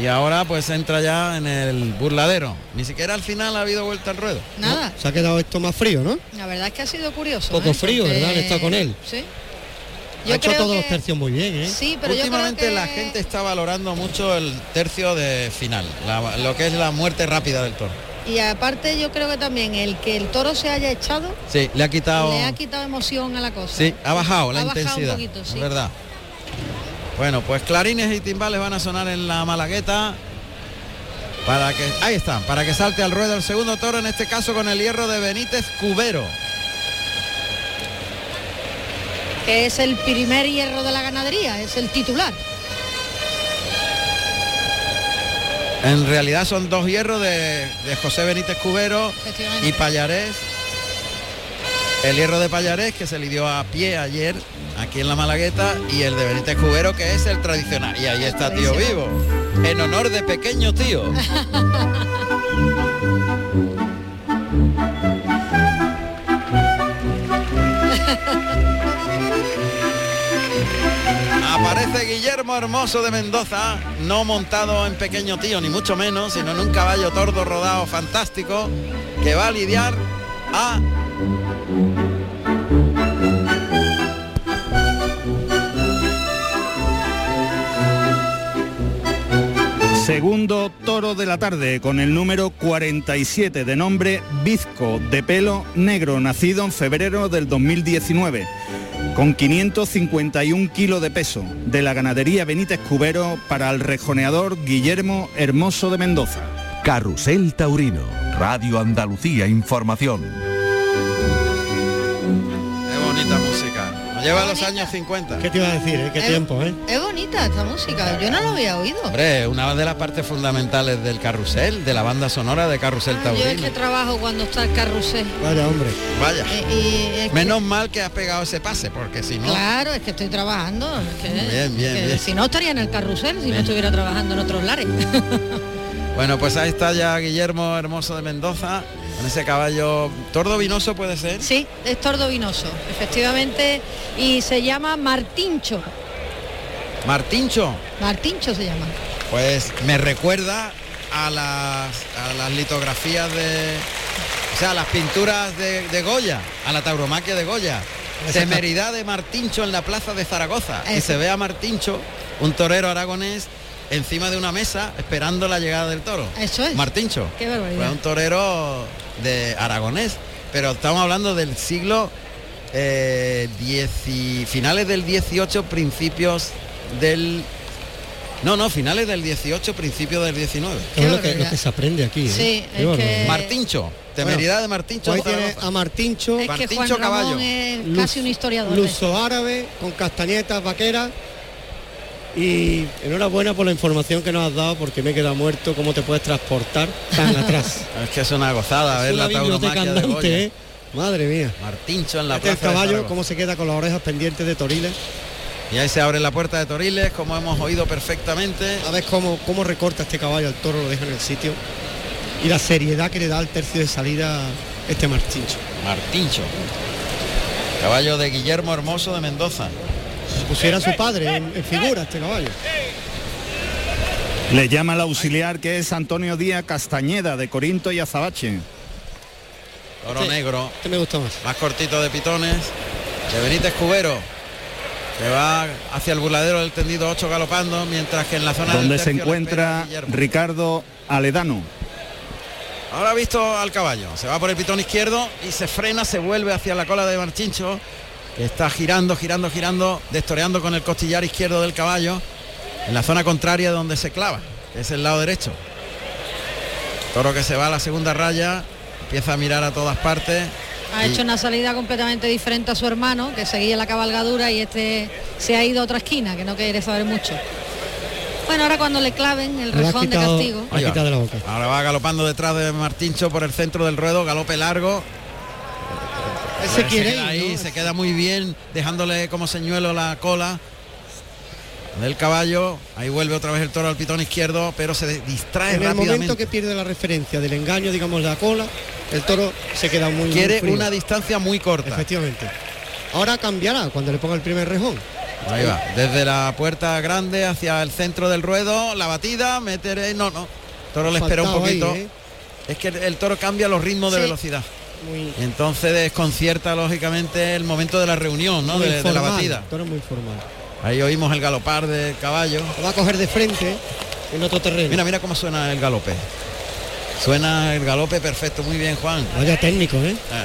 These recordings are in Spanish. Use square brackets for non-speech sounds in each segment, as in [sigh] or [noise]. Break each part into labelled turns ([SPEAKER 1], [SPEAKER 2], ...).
[SPEAKER 1] Y ahora pues entra ya en el burladero. Ni siquiera al final ha habido vuelta al ruedo.
[SPEAKER 2] Nada.
[SPEAKER 3] Se ha quedado esto más frío, ¿no?
[SPEAKER 2] La verdad es que ha sido curioso.
[SPEAKER 3] Poco
[SPEAKER 2] ¿eh?
[SPEAKER 3] frío,
[SPEAKER 2] Porque-
[SPEAKER 3] ¿verdad? Han estado con él.
[SPEAKER 2] Sí.
[SPEAKER 3] ha hecho
[SPEAKER 2] creo
[SPEAKER 3] todos
[SPEAKER 2] que-
[SPEAKER 3] los tercios muy bien, ¿eh?
[SPEAKER 2] Sí, pero yo creo
[SPEAKER 1] Últimamente
[SPEAKER 2] que-
[SPEAKER 1] la gente está valorando mucho el tercio de final, la- lo que es la muerte rápida del toro.
[SPEAKER 2] Y aparte yo creo que también el que el toro se haya echado
[SPEAKER 1] Sí, le ha quitado.
[SPEAKER 2] le ha quitado emoción a la cosa.
[SPEAKER 1] Sí, ha bajado la
[SPEAKER 2] Ha bajado un
[SPEAKER 1] intensidad.
[SPEAKER 2] poquito, sí.
[SPEAKER 1] Es verdad. Bueno, pues clarines y timbales van a sonar en la malagueta. Para que, ahí están, para que salte al ruedo el segundo toro, en este caso con el hierro de Benítez Cubero.
[SPEAKER 2] Que es el primer hierro de la ganadería, es el titular.
[SPEAKER 1] En realidad son dos hierros de, de José Benítez Cubero
[SPEAKER 2] efectivamente.
[SPEAKER 1] y Payarés. El hierro de Payarés que se le dio a pie ayer aquí en la Malagueta y el de Benítez Cubero que es el tradicional. Y ahí está tío vivo. En honor de pequeño tío. [laughs] Aparece Guillermo Hermoso de Mendoza, no montado en pequeño tío, ni mucho menos, sino en un caballo tordo rodado fantástico que va a lidiar a...
[SPEAKER 4] Segundo toro de la tarde con el número 47 de nombre Vizco, de pelo negro, nacido en febrero del 2019, con 551 kilos de peso, de la ganadería Benítez Cubero para el rejoneador Guillermo Hermoso de Mendoza.
[SPEAKER 5] Carrusel Taurino, Radio Andalucía Información.
[SPEAKER 1] Qué bonita música. Nos lleva a los años 50.
[SPEAKER 3] ¿Qué te iba a decir, eh? ¿Qué
[SPEAKER 2] Eh.
[SPEAKER 3] tiempo, eh?
[SPEAKER 2] Es bonita esta música, yo no la había oído.
[SPEAKER 1] Hombre, una de las partes fundamentales del carrusel, de la banda sonora de Carrusel
[SPEAKER 2] Ah, yo es
[SPEAKER 1] Taurino.
[SPEAKER 2] que trabajo cuando está el carrusel.
[SPEAKER 3] Vaya, hombre.
[SPEAKER 1] Vaya.
[SPEAKER 2] Eh, y es que-
[SPEAKER 1] Menos mal que has pegado ese pase, porque si no...
[SPEAKER 2] Claro, es que estoy trabajando. es que-
[SPEAKER 1] Bien, bien,
[SPEAKER 2] que
[SPEAKER 1] bien.
[SPEAKER 2] Si no estaría en el carrusel, si no
[SPEAKER 1] Bien.
[SPEAKER 2] estuviera trabajando en otros lares. [laughs]
[SPEAKER 1] Bueno, pues ahí está ya Guillermo Hermoso de Mendoza, con ese caballo tordo vinoso puede ser.
[SPEAKER 2] sí, es tordo vinoso, efectivamente. Y se llama Martincho.
[SPEAKER 1] Martincho,
[SPEAKER 2] Martincho se llama.
[SPEAKER 1] Pues me recuerda a las, a las litografías de... O sea, a las pinturas de, de Goya, a la tauromaquia de Goya.
[SPEAKER 3] Exacto.
[SPEAKER 1] Temeridad de Martincho en la plaza de Zaragoza. Y
[SPEAKER 2] Eso.
[SPEAKER 1] se ve a Martincho, un torero aragonés, encima de una mesa esperando la llegada del toro.
[SPEAKER 2] Eso es.
[SPEAKER 1] Martincho.
[SPEAKER 2] Qué barbaridad.
[SPEAKER 1] Fue un torero de aragonés. Pero estamos hablando del siglo eh, dieci- finales del 18, principios del no, no, finales del 18, principios del 19.
[SPEAKER 2] Qué
[SPEAKER 3] Es lo que,
[SPEAKER 2] barbaridad.
[SPEAKER 3] lo que se aprende aquí. ¿eh?
[SPEAKER 2] Sí,
[SPEAKER 3] Qué
[SPEAKER 2] es que-
[SPEAKER 3] barbaridad.
[SPEAKER 1] Martincho, temeridad de Martincho.
[SPEAKER 3] Pues ahí
[SPEAKER 1] de
[SPEAKER 3] tiene
[SPEAKER 1] Zaragoza.
[SPEAKER 3] a Martincho,
[SPEAKER 2] Es que Juan
[SPEAKER 1] Martincho Caballo.
[SPEAKER 2] Ramón es casi un historiador. eh. de esto.
[SPEAKER 3] Luso árabe, con castañetas, vaqueras. Y enhorabuena por la información que nos has dado, porque me he quedado muerto. ¿Cómo te puedes transportar
[SPEAKER 2] [laughs]
[SPEAKER 3] tan atrás?
[SPEAKER 1] Es que es una gozada ver
[SPEAKER 3] Es
[SPEAKER 1] la
[SPEAKER 3] una biblioteca
[SPEAKER 1] tauromaquia de Goya.
[SPEAKER 3] andante, ¿eh? Madre mía.
[SPEAKER 1] Martincho en la
[SPEAKER 3] Este el
[SPEAKER 1] plaza de
[SPEAKER 3] caballo,
[SPEAKER 1] Zaragoza.
[SPEAKER 3] cómo se queda con las orejas pendientes de toriles.
[SPEAKER 1] Y ahí se abre la puerta de Toriles, como hemos oído perfectamente.
[SPEAKER 3] A ver cómo, cómo recorta este caballo al toro, lo deja en el sitio. Y la seriedad que le da al tercio de salida este Martincho.
[SPEAKER 1] Martincho. Caballo de Guillermo Hermoso de Mendoza.
[SPEAKER 3] Si pusiera a su padre en, en figura este caballo.
[SPEAKER 4] Le llama el auxiliar que es Antonio Díaz Castañeda de Corinto y Azabache.
[SPEAKER 1] Toro
[SPEAKER 3] Sí.
[SPEAKER 1] negro,
[SPEAKER 3] Este me gusta más.
[SPEAKER 1] más cortito de pitones. De Benítez Cubero. Que va hacia el burladero del tendido 8 galopando, mientras que en la zona del
[SPEAKER 4] donde se
[SPEAKER 1] tercio le espera
[SPEAKER 4] encuentra
[SPEAKER 1] Guillermo.
[SPEAKER 4] Ricardo Aledano.
[SPEAKER 1] Ahora ha visto al caballo, se va por el pitón izquierdo y se frena, se vuelve hacia la cola de Marchincho, que está girando, girando, girando, destoreando con el costillar izquierdo del caballo, en la zona contraria donde se clava, que es el lado derecho. Toro que se va a la segunda raya, empieza a mirar a todas partes.
[SPEAKER 2] Ha
[SPEAKER 1] y
[SPEAKER 2] hecho una salida completamente diferente a su hermano, que seguía la cabalgadura y este se ha ido a otra esquina, que no quiere saber mucho. Bueno, ahora cuando le claven el
[SPEAKER 3] Me lo has
[SPEAKER 2] rejón de
[SPEAKER 3] quitado.
[SPEAKER 2] castigo.
[SPEAKER 3] ha quitado la boca.
[SPEAKER 1] Ahora va galopando detrás de Martincho por el centro del ruedo, galope largo,
[SPEAKER 3] Ese quiere ir,
[SPEAKER 1] queda ahí,
[SPEAKER 3] ¿no?
[SPEAKER 1] se queda muy bien, dejándole como señuelo la cola del caballo. Ahí vuelve otra vez el toro al pitón izquierdo, pero se de- distrae
[SPEAKER 3] En el
[SPEAKER 1] rápidamente.
[SPEAKER 3] momento que pierde la referencia del engaño, digamos, de la cola, el toro se queda muy muy
[SPEAKER 1] Quiere
[SPEAKER 3] frío.
[SPEAKER 1] una distancia muy corta.
[SPEAKER 3] Efectivamente. Ahora cambiará cuando le ponga el primer rejón.
[SPEAKER 1] Ahí va. Desde la puerta grande hacia el centro del ruedo, la batida, meter. eh, No, no. El toro le espera un
[SPEAKER 3] Faltaba ahí,
[SPEAKER 1] poquito.
[SPEAKER 3] ¿eh?
[SPEAKER 1] Es que el, el toro cambia los ritmos de
[SPEAKER 2] Sí.
[SPEAKER 1] velocidad.
[SPEAKER 3] Muy,
[SPEAKER 1] Entonces desconcierta lógicamente el momento de la reunión, ¿no?
[SPEAKER 3] muy
[SPEAKER 1] De, de la
[SPEAKER 3] informal,
[SPEAKER 1] batida.
[SPEAKER 3] el Toro muy formal.
[SPEAKER 1] Ahí oímos el galopar del caballo.
[SPEAKER 3] Lo va a coger de frente en otro terreno.
[SPEAKER 1] Mira, mira cómo suena el galope. Suena el galope perfecto, muy bien Juan.
[SPEAKER 3] Vaya técnico, ¿eh?
[SPEAKER 1] Ah,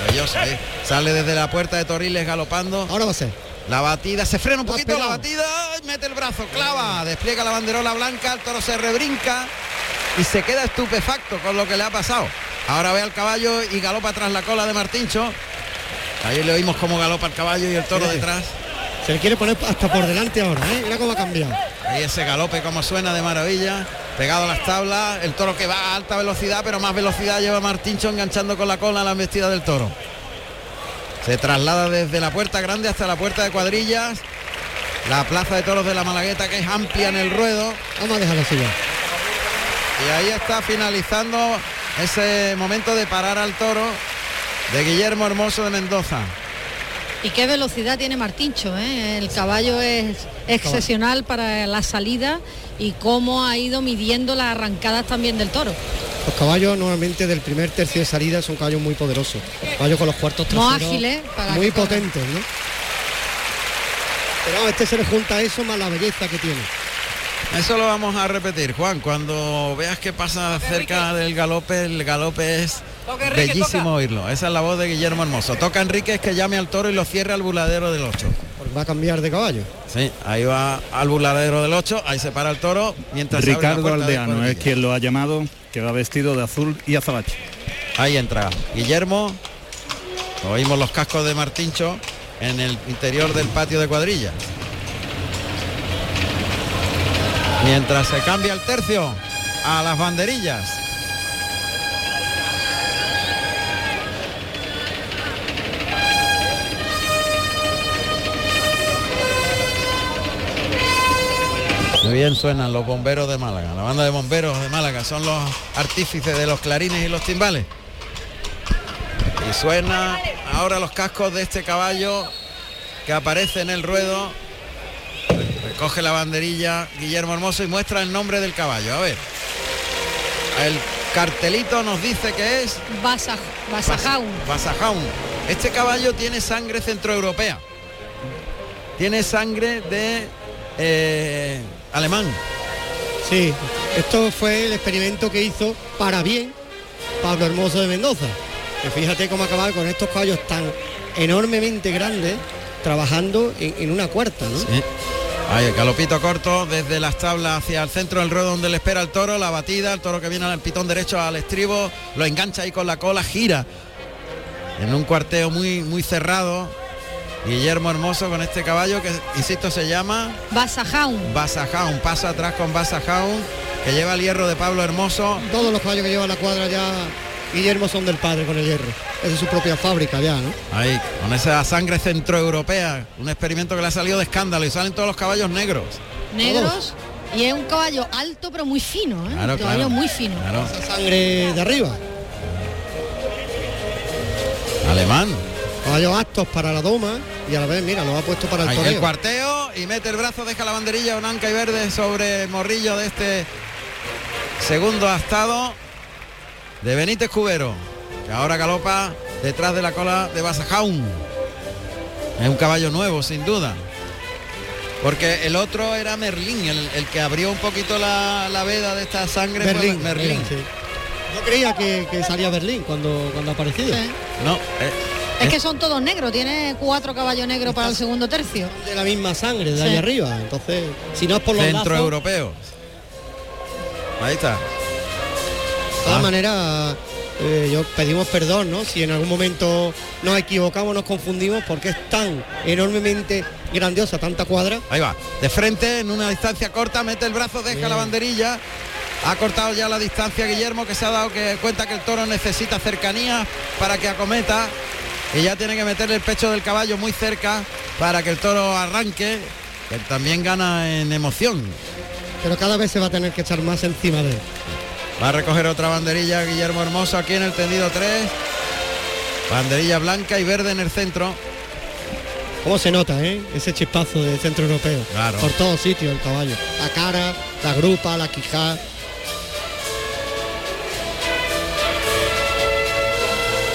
[SPEAKER 1] maravilloso, ¿eh? Sale desde la puerta de Torriles galopando.
[SPEAKER 3] Ahora va a ser.
[SPEAKER 1] La batida, se frena un
[SPEAKER 3] Lo has
[SPEAKER 1] poquito la
[SPEAKER 3] pegado.
[SPEAKER 1] batida, ay, mete el brazo, clava, despliega la banderola blanca, el toro se rebrinca y se queda estupefacto con lo que le ha pasado. Ahora ve al caballo y galopa tras la cola de Martincho. Ahí le oímos cómo galopa el caballo y el toro
[SPEAKER 3] Fíjate.
[SPEAKER 1] detrás.
[SPEAKER 3] Se le quiere poner hasta por delante ahora, ¿eh? Mira cómo ha cambiado.
[SPEAKER 1] Ahí ese galope como suena de maravilla, pegado a las tablas, el toro que va a alta velocidad, pero más velocidad lleva Martincho enganchando con la cola la embestida del toro. Se traslada desde la puerta grande hasta la puerta de cuadrillas. La plaza de toros de la Malagueta que es amplia en el ruedo.
[SPEAKER 3] Vamos a dejarlo así ya.
[SPEAKER 1] Y ahí está finalizando ese momento de parar al toro de Guillermo Hermoso de Mendoza.
[SPEAKER 2] Y qué velocidad tiene Martincho, ¿eh? El caballo es excepcional para la salida y cómo ha ido midiendo las arrancadas también del toro.
[SPEAKER 3] Los caballos normalmente del primer tercio de salida son caballos muy poderosos. Caballos con los cuartos
[SPEAKER 2] No
[SPEAKER 3] traseros
[SPEAKER 2] ágiles, para
[SPEAKER 3] muy
[SPEAKER 2] que corran.
[SPEAKER 3] potentes, ¿no? Pero a este se le junta eso más la belleza que tiene.
[SPEAKER 1] Eso lo vamos a repetir, Juan. Cuando veas que pasa cerca del galope, el galope es
[SPEAKER 6] Toca, Enrique,
[SPEAKER 1] bellísimo
[SPEAKER 6] toca.
[SPEAKER 1] oírlo. Esa es la voz de Guillermo Hermoso. Toca Enríquez que llame al toro y lo cierre al buladero del 8.
[SPEAKER 3] Porque va a cambiar de caballo.
[SPEAKER 1] Sí, ahí va al buladero del 8, ahí se para el toro mientras se abre la
[SPEAKER 4] Ricardo
[SPEAKER 1] puerta de
[SPEAKER 4] Aldeano es
[SPEAKER 1] cuadrilla.
[SPEAKER 4] quien lo ha llamado, que va vestido de azul y azabache.
[SPEAKER 1] Ahí entra Guillermo. Oímos los cascos de Martincho en el interior del patio de cuadrilla. Mientras se cambia el tercio a las banderillas. Muy bien suenan los bomberos de Málaga. La banda de bomberos de Málaga son los artífices de los clarines y los timbales. Y suena ahora los cascos de este caballo que aparece en el ruedo. Recoge la banderilla Guillermo Hermoso y muestra el nombre del caballo. A ver. El cartelito nos dice que es
[SPEAKER 2] Basa- Basajaun.
[SPEAKER 1] Basajaun. Este caballo tiene sangre centroeuropea. Tiene sangre de eh, alemán.
[SPEAKER 3] Sí, esto fue el experimento que hizo para bien Pablo Hermoso de Mendoza. Que fíjate cómo acababa con estos caballos tan enormemente grandes trabajando en, en una cuarta, ¿no?
[SPEAKER 1] Sí. Ahí el galopito corto desde las tablas hacia el centro del ruedo donde le espera el toro, la batida, el toro que viene al pitón derecho al estribo, lo engancha ahí con la cola, gira en un cuarteo muy, muy cerrado. Guillermo Hermoso con este caballo que, insisto, se llama
[SPEAKER 2] Basajaun.
[SPEAKER 1] Basajaun. Pasa atrás con Basajaun, que lleva el hierro de Pablo Hermoso.
[SPEAKER 3] Todos los caballos que lleva la cuadra ya Guillermo son del padre con el hierro. Esa es su propia fábrica ya, ¿no?
[SPEAKER 1] Ahí, con esa sangre centroeuropea, un experimento que le ha salido de escándalo y salen todos los caballos negros.
[SPEAKER 2] Negros. Y es un caballo alto pero muy fino, ¿eh? un caballo muy fino.
[SPEAKER 1] Claro.
[SPEAKER 3] Esa sangre de arriba.
[SPEAKER 1] Alemán.
[SPEAKER 3] Caballos aptos para la doma y a la vez, mira, lo ha puesto para el
[SPEAKER 1] Ahí el
[SPEAKER 3] torneo.
[SPEAKER 1] cuarteo y mete el brazo, deja la banderilla blanca y verde sobre el morrillo de este segundo astado de Benítez Cubero, que ahora galopa detrás de la cola de Basajaun. Es un caballo nuevo, sin duda. Porque el otro era Merlín, el, el que abrió un poquito la, la veda de esta sangre. fue
[SPEAKER 3] Berlín.
[SPEAKER 1] Mer- Merlín.
[SPEAKER 3] sí. Yo creía que, que salía Berlín cuando, cuando aparecía.
[SPEAKER 2] Sí.
[SPEAKER 1] No, eh,
[SPEAKER 2] Es que son todos negros, tiene cuatro caballos negros para el segundo tercio.
[SPEAKER 3] De la misma sangre de
[SPEAKER 2] Sí.
[SPEAKER 3] ahí arriba. Entonces, si no es por los
[SPEAKER 1] centro
[SPEAKER 3] lazos,
[SPEAKER 1] europeo. Ahí está.
[SPEAKER 3] De todas maneras, eh, yo pedimos perdón, ¿no? Si en algún momento nos equivocamos, nos confundimos, porque es tan enormemente grandiosa, tanta cuadra.
[SPEAKER 1] Ahí va, de frente, en una distancia corta, mete el brazo, deja
[SPEAKER 3] Bien.
[SPEAKER 1] la banderilla. Ha cortado ya la distancia Guillermo, que se ha dado que cuenta que el toro necesita cercanía para que acometa. Y ya tiene que meterle el pecho del caballo muy cerca para que el toro arranque. Que también gana en emoción.
[SPEAKER 3] Pero cada vez se va a tener que echar más encima de él.
[SPEAKER 1] Va a recoger otra banderilla Guillermo Hermoso aquí en el tendido 3. Banderilla blanca y verde en el centro.
[SPEAKER 3] ¿Cómo se nota, eh? Ese chispazo de centro europeo.
[SPEAKER 1] Claro.
[SPEAKER 3] Por todos sitios el caballo. La cara, la grupa, la quijada.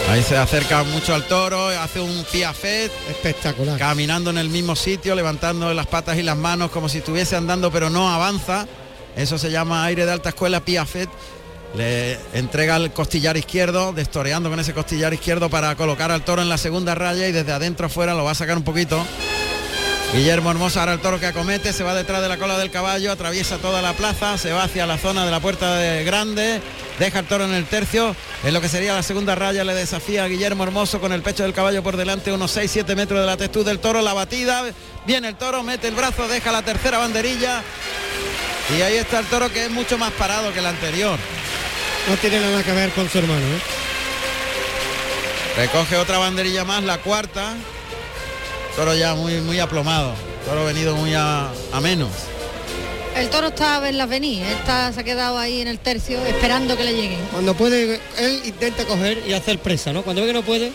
[SPEAKER 1] Ahí se acerca mucho al toro, hace un piafet,
[SPEAKER 3] Espectacular.
[SPEAKER 1] caminando en el mismo sitio, levantando las patas y las manos como si estuviese andando, pero no avanza. Eso se llama aire de alta escuela piafet. Le entrega el costillar izquierdo, destoreando con ese costillar izquierdo para colocar al toro en la segunda raya y desde adentro afuera lo va a sacar un poquito. Guillermo Hermosa ahora el toro que acomete, se va detrás de la cola del caballo, atraviesa toda la plaza, se va hacia la zona de la puerta de Grande, deja el toro en el tercio, en lo que sería la segunda raya le desafía a Guillermo Hermoso con el pecho del caballo por delante, unos 6-7 metros de la testuz del toro, la batida, viene el toro, mete el brazo, deja la tercera banderilla y ahí está el toro que es mucho más parado que el anterior.
[SPEAKER 3] No tiene nada que ver con su hermano, ¿eh?
[SPEAKER 1] Recoge otra banderilla más, la cuarta. Toro ya muy, muy aplomado, toro venido muy a- a menos.
[SPEAKER 2] El toro está a verlas venir, él está, se ha quedado ahí en el tercio esperando que le lleguen.
[SPEAKER 3] Cuando puede, él intenta coger y hacer presa, ¿no? Cuando ve que no puede,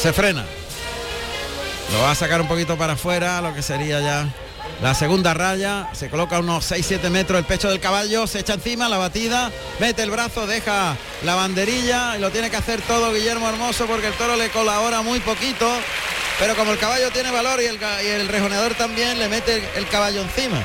[SPEAKER 1] se frena. Lo va a sacar un poquito para afuera, lo que sería ya la segunda raya. Se coloca a unos 6-7 metros el pecho del caballo, se echa encima la batida, mete el brazo, deja la banderilla y lo tiene que hacer todo Guillermo Hermoso porque el toro le colabora muy poquito. Pero como el caballo tiene valor y el, ca- y el rejoneador también, le mete el- el caballo encima.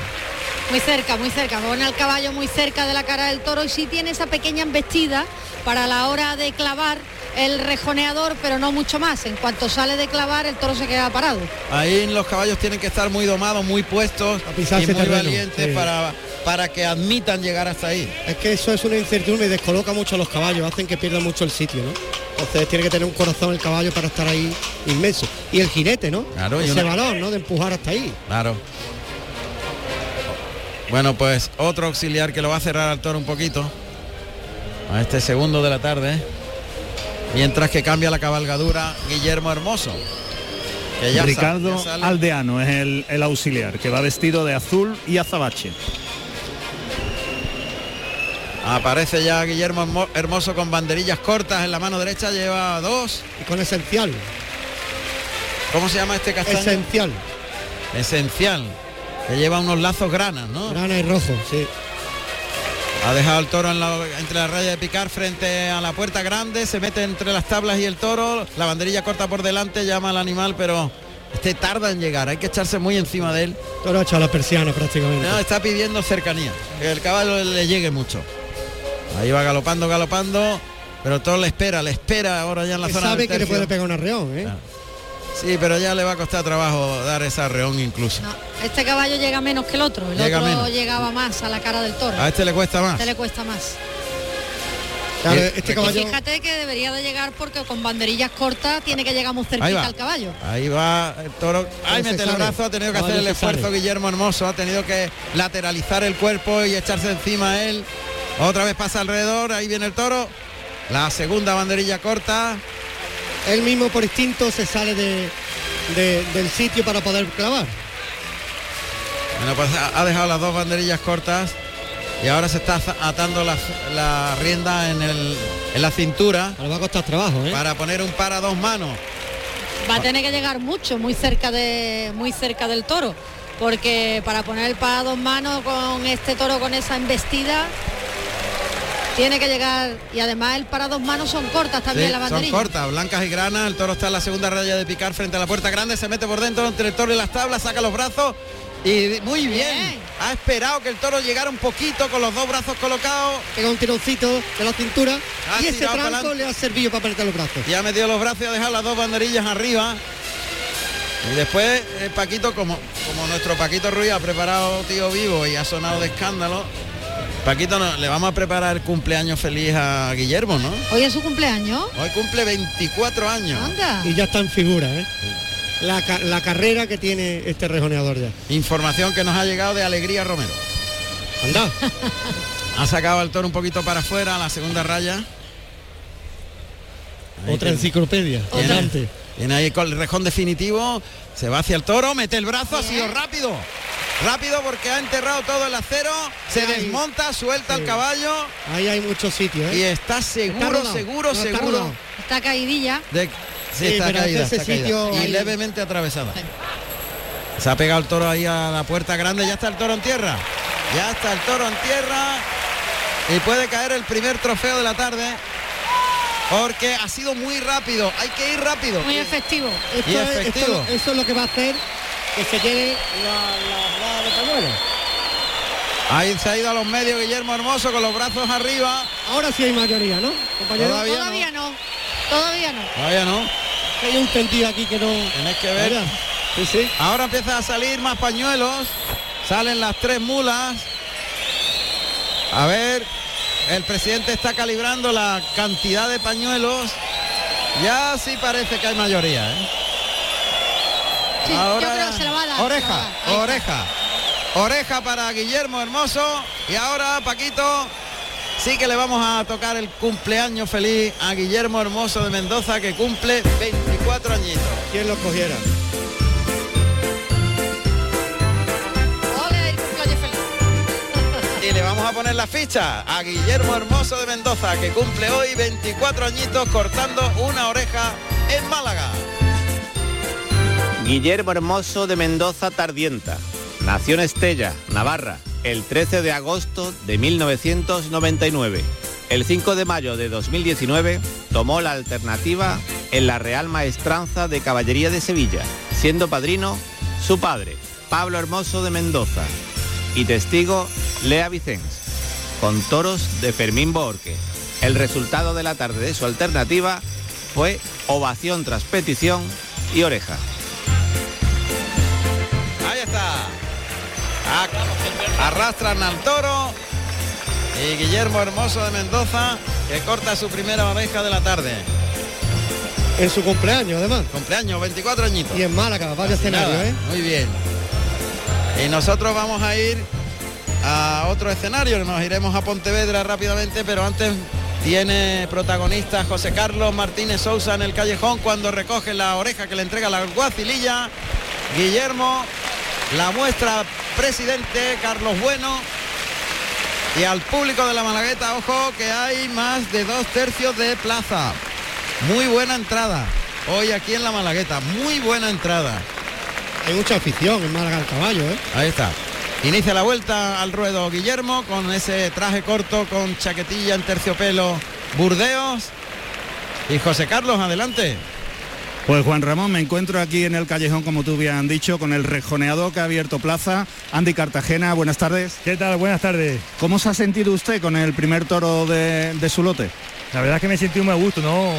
[SPEAKER 2] Muy cerca, muy cerca. Pone al caballo muy cerca de la cara del toro y sí tiene esa pequeña embestida para la hora de clavar el rejoneador, pero no mucho más. En cuanto sale de clavar, el toro se queda parado.
[SPEAKER 1] Ahí los caballos tienen que estar muy domados, muy puestos
[SPEAKER 3] A
[SPEAKER 1] y muy
[SPEAKER 3] pisarse terreno,
[SPEAKER 1] valientes
[SPEAKER 3] sí.
[SPEAKER 1] para, para que admitan llegar hasta ahí.
[SPEAKER 3] es que eso es una incertidumbre y descoloca mucho a los caballos, hacen que pierdan mucho el sitio, ¿no? Entonces tiene que tener un corazón el caballo para estar ahí inmenso. Y el jinete, ¿no?
[SPEAKER 1] Claro, y
[SPEAKER 3] Ese
[SPEAKER 1] una-
[SPEAKER 3] valor, ¿no? De empujar hasta ahí.
[SPEAKER 1] Claro. Bueno, pues otro auxiliar que lo va a cerrar al toro un poquito. A este segundo de la tarde. Mientras que cambia la cabalgadura Guillermo Hermoso. Que ya sa-
[SPEAKER 4] Ricardo
[SPEAKER 1] ya sale.
[SPEAKER 4] Aldeano es el, el auxiliar, que va vestido de azul y azabache.
[SPEAKER 1] Aparece ya Guillermo Hermo- Hermoso con banderillas cortas en la mano derecha. Lleva dos.
[SPEAKER 3] Y con esencial,
[SPEAKER 1] ¿Cómo se llama este castaño?
[SPEAKER 3] esencial.
[SPEAKER 1] Esencial. Que lleva unos lazos granas, ¿no?
[SPEAKER 3] Grana y rojo, sí.
[SPEAKER 1] Ha dejado el toro en la- entre la raya de picar frente a la puerta grande, se mete entre las tablas y el toro, la banderilla corta por delante, llama al animal, pero este tarda en llegar, hay que echarse muy encima de él.
[SPEAKER 3] Toro ha echado la persiana prácticamente.
[SPEAKER 1] No, está pidiendo cercanía, que el caballo le llegue mucho. Ahí va galopando, galopando, pero el toro le espera, le espera ahora ya en la
[SPEAKER 3] Que
[SPEAKER 1] zona
[SPEAKER 3] sabe
[SPEAKER 1] del
[SPEAKER 3] que le
[SPEAKER 1] tercio.
[SPEAKER 3] puede pegar un arreón, ¿eh?
[SPEAKER 1] Ah. Sí, pero ya le va a costar trabajo dar esa reón incluso.
[SPEAKER 2] No, este caballo llega menos que el otro. El
[SPEAKER 1] Llega
[SPEAKER 2] otro
[SPEAKER 1] menos.
[SPEAKER 2] llegaba más a la cara del toro.
[SPEAKER 1] A este le cuesta más.
[SPEAKER 2] Este le cuesta más.
[SPEAKER 3] Claro,
[SPEAKER 1] Eh,
[SPEAKER 3] este
[SPEAKER 1] y
[SPEAKER 2] Y
[SPEAKER 3] caballo
[SPEAKER 2] fíjate que debería de llegar porque con banderillas cortas tiene que llegar muy
[SPEAKER 1] Ahí
[SPEAKER 2] cerquita
[SPEAKER 1] va.
[SPEAKER 2] al caballo.
[SPEAKER 1] Ahí va el toro. Ay,
[SPEAKER 3] No se
[SPEAKER 1] mete el
[SPEAKER 3] sale.
[SPEAKER 1] brazo. Ha tenido que
[SPEAKER 3] No,
[SPEAKER 1] hacer
[SPEAKER 3] no
[SPEAKER 1] el
[SPEAKER 3] se
[SPEAKER 1] esfuerzo
[SPEAKER 3] sale.
[SPEAKER 1] Guillermo Hermoso. Ha tenido que lateralizar el cuerpo y echarse encima a él. Otra vez pasa alrededor. Ahí viene el toro. La segunda banderilla corta.
[SPEAKER 3] él mismo por instinto se sale de, de- del sitio para poder clavar.
[SPEAKER 1] Bueno, pues ha ha dejado las dos banderillas cortas. Y ahora se está za- atando la, la rienda en, el- en la cintura
[SPEAKER 3] Ahora va a costar trabajo, ¿eh?
[SPEAKER 1] para poner un par a dos manos.
[SPEAKER 2] Va a tener que llegar mucho, muy cerca de, muy cerca del toro, porque para poner el pa a dos manos con este toro con esa embestida tiene que llegar y además el para dos manos son cortas también
[SPEAKER 1] Sí,
[SPEAKER 2] las
[SPEAKER 1] son
[SPEAKER 2] banderillas.
[SPEAKER 1] cortas, blancas y granas. El toro está en la segunda raya de picar frente a la puerta grande. Se mete por dentro entre el toro y las tablas, saca los brazos. Y muy bien.
[SPEAKER 2] Bien.
[SPEAKER 1] Ha esperado que el toro llegara un poquito con los dos brazos colocados.
[SPEAKER 3] Pega un tironcito de la cintura
[SPEAKER 1] Ha
[SPEAKER 3] y ese
[SPEAKER 1] tirado para
[SPEAKER 3] tranco
[SPEAKER 1] adelante.
[SPEAKER 3] le ha servido para apretar los brazos.
[SPEAKER 1] Y ha metido los brazos y ha dejado las dos banderillas arriba. Y después eh, Paquito, como, como nuestro Paquito Ruiz ha preparado tío vivo y ha sonado de escándalo. Paquito, no- le vamos a preparar el cumpleaños feliz a Guillermo, ¿no?
[SPEAKER 2] Hoy es su cumpleaños.
[SPEAKER 1] Hoy cumple 24 años.
[SPEAKER 2] Anda.
[SPEAKER 3] Y ya está en figura, ¿eh? La, ca- la carrera que tiene este rejoneador ya.
[SPEAKER 1] Información que nos ha llegado de Alegría Romero. [laughs]
[SPEAKER 3] Anda.
[SPEAKER 1] Ha sacado al toro un poquito para afuera, a la segunda raya. Ahí
[SPEAKER 3] Otra
[SPEAKER 1] tiene-
[SPEAKER 3] enciclopedia.
[SPEAKER 2] Otra.
[SPEAKER 3] Adelante.
[SPEAKER 1] Viene ahí con el rejón definitivo, se va hacia el toro, mete el brazo, ha sido
[SPEAKER 2] Bien.
[SPEAKER 1] rápido. Rápido porque ha enterrado todo el acero, se
[SPEAKER 3] Ahí.
[SPEAKER 1] desmonta, suelta el
[SPEAKER 3] Sí.
[SPEAKER 1] caballo
[SPEAKER 3] Ahí hay muchos sitios,
[SPEAKER 1] y
[SPEAKER 3] ¿eh?
[SPEAKER 1] está
[SPEAKER 3] Está
[SPEAKER 1] seguro,
[SPEAKER 3] rodado,
[SPEAKER 1] seguro,
[SPEAKER 3] está
[SPEAKER 1] seguro
[SPEAKER 3] rodado.
[SPEAKER 2] Está caidilla.
[SPEAKER 1] de, Sí,
[SPEAKER 3] Sí,
[SPEAKER 1] está
[SPEAKER 3] pero
[SPEAKER 1] caída,
[SPEAKER 3] ese
[SPEAKER 1] está caída.
[SPEAKER 3] sitio
[SPEAKER 1] Y
[SPEAKER 3] ahí-
[SPEAKER 1] levemente atravesada.
[SPEAKER 2] Sí.
[SPEAKER 1] Se ha pegado el toro ahí a la puerta grande. Ya está el toro en tierra. Ya está el toro en tierra. Y puede caer el primer trofeo de la tarde. Porque ha sido muy rápido. Hay que ir rápido.
[SPEAKER 2] Muy efectivo.
[SPEAKER 3] Esto
[SPEAKER 1] Y
[SPEAKER 3] es- esto-
[SPEAKER 1] efectivo.
[SPEAKER 3] eso es lo que va a hacer que se quede la, la, la de Pañuelo.
[SPEAKER 1] Ahí se ha ido a los medios Guillermo Hermoso con los brazos arriba.
[SPEAKER 3] Ahora sí hay mayoría, ¿no? Compañero,
[SPEAKER 1] Todavía no.
[SPEAKER 2] Todavía no. Todavía no.
[SPEAKER 1] Todavía no.
[SPEAKER 3] hay un tendido aquí que no...
[SPEAKER 1] Tenéis que ver.
[SPEAKER 3] Mira, Sí, sí.
[SPEAKER 1] Ahora empiezan a salir más pañuelos. Salen las tres mulas. A ver, el presidente está calibrando la cantidad de pañuelos. Ya sí parece que hay mayoría. ¿eh?
[SPEAKER 2] Sí, yo creo que se lo va a dar. se lo
[SPEAKER 1] Oreja,
[SPEAKER 2] va a dar. Ahí está.
[SPEAKER 1] oreja. Oreja para Guillermo Hermoso. Y ahora, Paquito, sí que le vamos a tocar el cumpleaños feliz a Guillermo Hermoso de Mendoza, que cumple 24 añitos.
[SPEAKER 3] ¿Quién lo cogiera?
[SPEAKER 2] Ole, cumpleaños feliz.
[SPEAKER 1] Y le vamos a poner la ficha a Guillermo Hermoso de Mendoza, que cumple hoy 24 añitos cortando una oreja en Málaga.
[SPEAKER 6] Guillermo Hermoso de Mendoza Tardienta. Nació en Estella, Navarra, el 13 de agosto de 1999. El 5 de mayo de 2019 tomó la alternativa en la Real Maestranza de Caballería de Sevilla, siendo padrino su padre, Pablo Hermoso de Mendoza, y testigo Lea Vicens con toros de Fermín Borque. El resultado de la tarde de su alternativa fue ovación tras petición y oreja.
[SPEAKER 1] Ahí está. A- Arrastran al toro. Y Guillermo Hermoso de Mendoza, que corta su primera oreja de la tarde.
[SPEAKER 3] En su cumpleaños, además.
[SPEAKER 1] Cumpleaños, 24 añitos.
[SPEAKER 3] Y en Málaga, vaya escenario,
[SPEAKER 1] Nada,
[SPEAKER 3] ¿eh?
[SPEAKER 1] Muy bien. Y nosotros vamos a ir a otro escenario, nos iremos a Pontevedra rápidamente, pero antes tiene protagonista José Carlos Martínez Sousa en el callejón cuando recoge la oreja que le entrega la guacililla. Guillermo, la muestra presidente Carlos Bueno. Y al público de la Malagueta, ojo que hay más de dos tercios de plaza. Muy buena entrada. Hoy aquí en la Malagueta, muy buena entrada.
[SPEAKER 3] Hay mucha afición en Málaga al caballo, ¿eh?
[SPEAKER 1] Ahí está. Inicia la vuelta al ruedo Guillermo con ese traje corto con chaquetilla en terciopelo Burdeos. Y José Carlos, adelante.
[SPEAKER 4] Pues Juan Ramón, me encuentro aquí en el callejón, como tú bien han dicho, con el rejoneador que ha abierto plaza, Andy Cartagena, buenas tardes.
[SPEAKER 7] ¿Qué tal? Buenas tardes.
[SPEAKER 4] ¿Cómo se ha sentido usted con el primer toro de, de su lote?
[SPEAKER 7] La verdad es que me sentí muy a gusto, ¿no?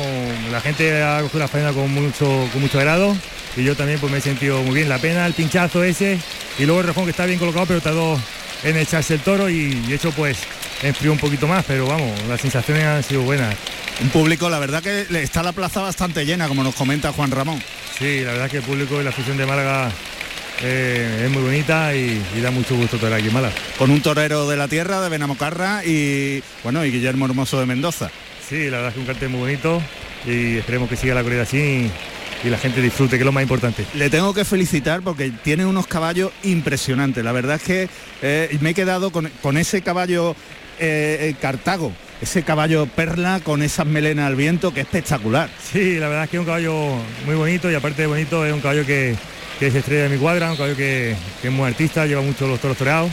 [SPEAKER 7] La gente ha cogido la faena con mucho, con mucho agrado y yo también pues me he sentido muy bien. La pena, el pinchazo ese y luego el rejón que está bien colocado pero tardó en echarse el toro y de hecho pues enfrió un poquito más, pero vamos, las sensaciones han sido buenas.
[SPEAKER 4] Un público, la verdad que le- está la plaza bastante llena, como nos comenta Juan Ramón.
[SPEAKER 7] Sí, la verdad es que el público y la afición de Málaga eh, es muy bonita y, y da mucho gusto estar aquí en Málaga.
[SPEAKER 4] Con un torero de la tierra, de Benamocarra y bueno, y Guillermo Hermoso de Mendoza.
[SPEAKER 7] Sí, la verdad es que un cartel muy bonito y esperemos que siga la corrida así y- y la gente disfrute, que es lo más importante.
[SPEAKER 4] Le tengo que felicitar porque tiene unos caballos impresionantes. La verdad es que eh, me he quedado con, con ese caballo eh, eh, Cartago, ese caballo perla con esas melenas al viento, que es espectacular.
[SPEAKER 7] Sí, la verdad es que es un caballo muy bonito y aparte de bonito es un caballo que, que es estrella de mi cuadra, un caballo que, que es muy artista, lleva mucho los toros toreados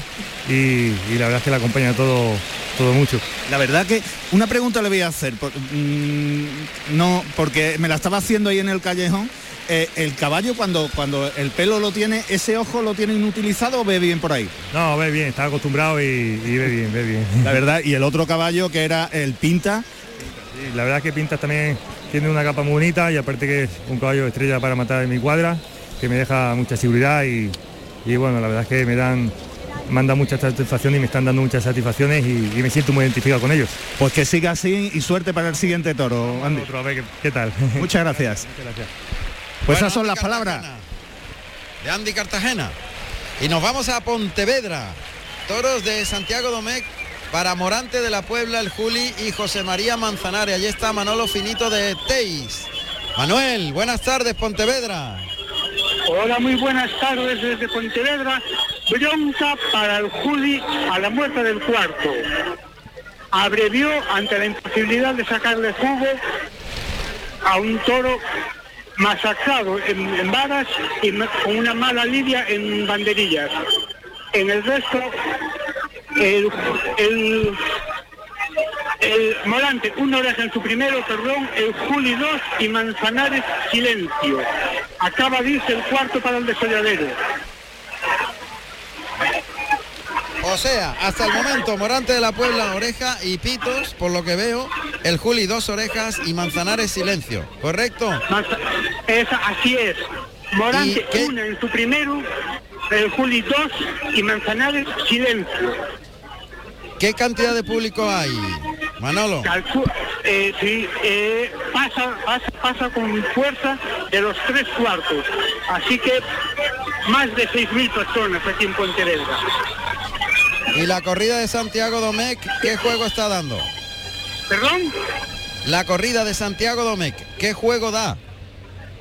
[SPEAKER 7] y, y la verdad es que le acompaña todo, todo mucho.
[SPEAKER 4] La verdad que una pregunta le voy a hacer, por- mm, no, porque me la estaba haciendo ahí en el callejón. Eh, el caballo cuando cuando el pelo lo tiene, ese ojo lo tiene inutilizado o ve bien por ahí.
[SPEAKER 7] No, ve bien, está acostumbrado y, y ve bien, ve bien.
[SPEAKER 4] La verdad, y el otro caballo que era el pinta,
[SPEAKER 7] Y la verdad es que Pintas también tiene una capa muy bonita y aparte que es un caballo estrella para matar en mi cuadra, que me deja mucha seguridad y, y bueno, la verdad es que me dan... Me han dado muchas satisfacciones y me están dando muchas satisfacciones y- y me siento muy identificado con ellos.
[SPEAKER 4] pues que siga así y suerte para el siguiente toro, Andy.
[SPEAKER 7] Otro, a ver qué- qué tal.
[SPEAKER 4] Muchas gracias.
[SPEAKER 7] Muchas gracias.
[SPEAKER 4] Pues
[SPEAKER 1] Bueno,
[SPEAKER 4] esas son
[SPEAKER 1] Andy
[SPEAKER 4] las palabras.
[SPEAKER 1] Cartagena, De Andy Cartagena. Y nos vamos a Pontevedra. Toros de Santiago Domecq para Morante de la Puebla, el Juli y José María Manzanares. Allí está Manolo Finito de Teis. Manuel, buenas tardes, Pontevedra.
[SPEAKER 8] Hola, muy buenas tardes desde Pontevedra. Bronca para el Juli a la muerte del cuarto. Abrevió ante la imposibilidad de sacarle jugo a un toro
[SPEAKER 9] masacrado en, en varas y ma- con una mala lidia en banderillas. En el resto, el, el, el Morante, una oreja en su primero, perdón, el Juli 2 y Manzanares silencio. Acaba de irse el cuarto para el desolladero.
[SPEAKER 1] O sea, hasta el momento Morante de la Puebla oreja y pitos, por lo que veo, el Juli dos orejas y Manzanares silencio, ¿correcto?
[SPEAKER 9] Manza- esa, así es. Morante
[SPEAKER 1] ¿Y qué?
[SPEAKER 9] una en su primero, el Juli 2 y Manzanares silencio.
[SPEAKER 1] ¿Qué cantidad de público hay? Manolo,
[SPEAKER 9] Calcu- eh, sí, eh, pasa, pasa, pasa con fuerza de los tres cuartos. Así que más de 6.000 personas aquí en Pontevedra.
[SPEAKER 1] ¿y la corrida de Santiago Domecq qué juego está dando?
[SPEAKER 9] ¿Perdón?
[SPEAKER 1] La corrida de Santiago Domecq, ¿qué juego da?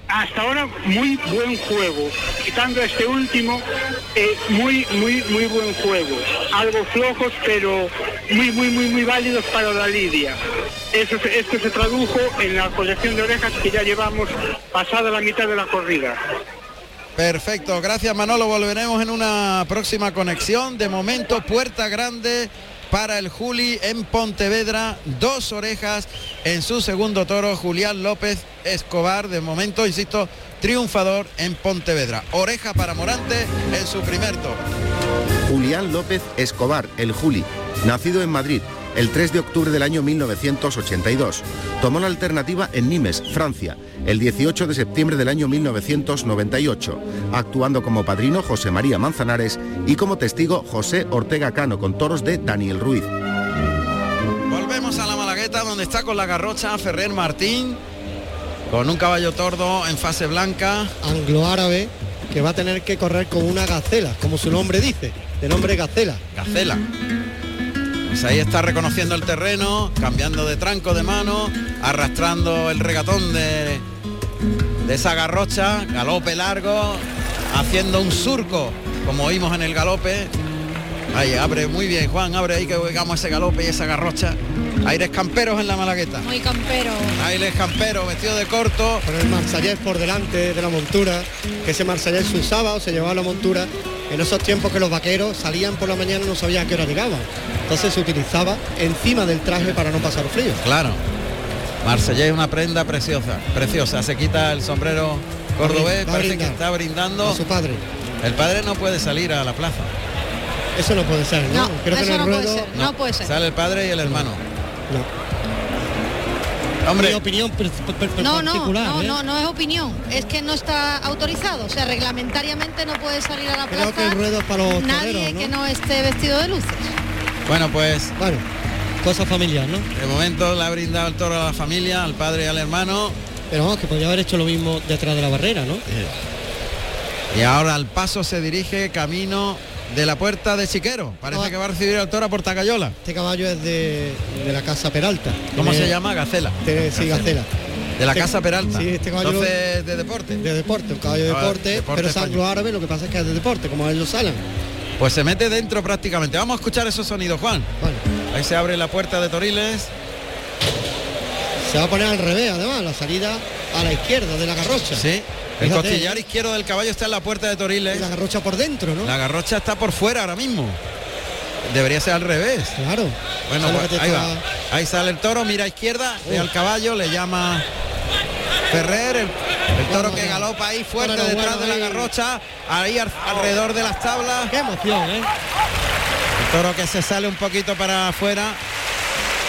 [SPEAKER 9] Hasta ahora muy buen juego. Quitando este último, eh, muy, muy, muy buen juego. Algo flojos, pero muy, muy, muy, muy válidos para la lidia. Eso, se- esto se tradujo en la colección de orejas que ya llevamos pasada la mitad de la corrida.
[SPEAKER 1] Perfecto, gracias Manolo, volveremos en una próxima conexión. De momento, puerta grande para el Juli en Pontevedra, dos orejas en su segundo toro, Julián López Escobar, de momento, insisto, triunfador en Pontevedra. Oreja para Morante en su primer toro.
[SPEAKER 4] Julián López Escobar, el Juli, nacido en Madrid el 3 de octubre del año 1982. Tomó la alternativa en Nimes, Francia, el 18 de septiembre del año 1998, actuando como padrino José María Manzanares y como testigo José Ortega Cano con toros de Daniel Ruiz.
[SPEAKER 1] Volvemos a la Malagueta donde está con la garrocha Ferrer Martín, con un caballo tordo en fase blanca.
[SPEAKER 3] Angloárabe que va a tener que correr con una gacela, como su nombre dice, de nombre gacela.
[SPEAKER 1] Gacela. Pues ahí está reconociendo el terreno, cambiando de tranco de mano, arrastrando el regatón de, de esa garrocha, galope largo, haciendo un surco, como oímos en el galope. Ahí abre muy bien, Juan, abre ahí que oigamos ese galope y esa garrocha. Aires camperos en la malagueta.
[SPEAKER 2] Muy campero.
[SPEAKER 1] Aires camperos, vestido de corto.
[SPEAKER 3] Con el marsallés por delante de la montura, que ese marsallés se usaba o se llevaba la montura en esos tiempos que los vaqueros salían por la mañana y no sabían a qué hora llegaban. Entonces se utilizaba encima del traje para no pasar frío.
[SPEAKER 1] Claro. Marsella es una prenda preciosa, preciosa. Se quita el sombrero cordobés,
[SPEAKER 3] Va a
[SPEAKER 1] parece que
[SPEAKER 3] brindar.
[SPEAKER 1] está brindando.
[SPEAKER 3] A su padre.
[SPEAKER 1] El padre no puede salir a la plaza.
[SPEAKER 3] Eso no puede ser, ¿no?
[SPEAKER 2] No,
[SPEAKER 3] Creo que en
[SPEAKER 2] eso
[SPEAKER 3] el
[SPEAKER 2] no puede
[SPEAKER 3] ruedo-
[SPEAKER 2] ser. No puede ser.
[SPEAKER 1] Sale el padre y el hermano.
[SPEAKER 3] No. Mi
[SPEAKER 1] Hombre,
[SPEAKER 3] opinión per- per- per-
[SPEAKER 2] No, no,
[SPEAKER 3] particular,
[SPEAKER 2] no,
[SPEAKER 3] ¿eh?
[SPEAKER 2] no, no es opinión. Es que no está autorizado. O sea, reglamentariamente no puede salir a la
[SPEAKER 3] Creo
[SPEAKER 2] plaza
[SPEAKER 3] que el ruedo es para los
[SPEAKER 2] nadie
[SPEAKER 3] toreros, ¿no?
[SPEAKER 2] que no esté vestido de luces.
[SPEAKER 1] bueno, pues
[SPEAKER 3] Bueno, cosas familiares, ¿no?
[SPEAKER 1] de momento le ha brindado el toro a la familia, al padre y al hermano.
[SPEAKER 3] Pero vamos, que podría haber hecho lo mismo detrás de la barrera, ¿no?
[SPEAKER 1] Y ahora al paso se dirige camino de la puerta de Chiquero. Parece
[SPEAKER 3] Ah.
[SPEAKER 1] que va a recibir al toro a Portacayola.
[SPEAKER 3] Este caballo es de, de la casa Peralta.
[SPEAKER 1] ¿Cómo
[SPEAKER 3] Tiene-
[SPEAKER 1] se llama? Gacela.
[SPEAKER 3] tiene- sí, Gacela.
[SPEAKER 1] De la
[SPEAKER 3] Este-
[SPEAKER 1] Casa Peralta.
[SPEAKER 3] sí, este caballo-
[SPEAKER 1] Entonces, de deporte.
[SPEAKER 3] De deporte, un caballo de
[SPEAKER 1] Ah,
[SPEAKER 3] deporte,
[SPEAKER 1] deporte
[SPEAKER 3] pero es
[SPEAKER 1] español.
[SPEAKER 3] anglo-árabe, lo que pasa es que es de deporte, como ellos salen.
[SPEAKER 1] Pues se mete dentro prácticamente. Vamos a escuchar esos sonidos, Juan.
[SPEAKER 3] Bueno,
[SPEAKER 1] Ahí se abre la puerta de Toriles.
[SPEAKER 3] se va a poner al revés, además, la salida a la izquierda de la garrocha.
[SPEAKER 1] Sí. El
[SPEAKER 3] Fíjate,
[SPEAKER 1] costillar
[SPEAKER 3] ¿eh?
[SPEAKER 1] izquierdo del caballo está en la puerta de
[SPEAKER 3] Y
[SPEAKER 1] Toriles.
[SPEAKER 3] La garrocha por dentro, ¿no?
[SPEAKER 1] La garrocha está por fuera ahora mismo. Debería ser al revés.
[SPEAKER 3] Claro.
[SPEAKER 1] Bueno,
[SPEAKER 3] Eso es lo
[SPEAKER 1] pues,
[SPEAKER 3] que te
[SPEAKER 1] ahí
[SPEAKER 3] está-
[SPEAKER 1] va. Ahí sale el toro, mira a izquierda, ve
[SPEAKER 3] Uh.
[SPEAKER 1] al caballo, le llama Ferrer, el, el toro
[SPEAKER 3] Vamos
[SPEAKER 1] que
[SPEAKER 3] ya.
[SPEAKER 1] galopa ahí fuerte
[SPEAKER 3] Bueno,
[SPEAKER 1] detrás
[SPEAKER 3] bueno,
[SPEAKER 1] de la
[SPEAKER 3] ahí.
[SPEAKER 1] garrocha, ahí al- alrededor de las tablas.
[SPEAKER 3] Qué emoción, ¿eh?
[SPEAKER 1] El toro que se sale un poquito para afuera.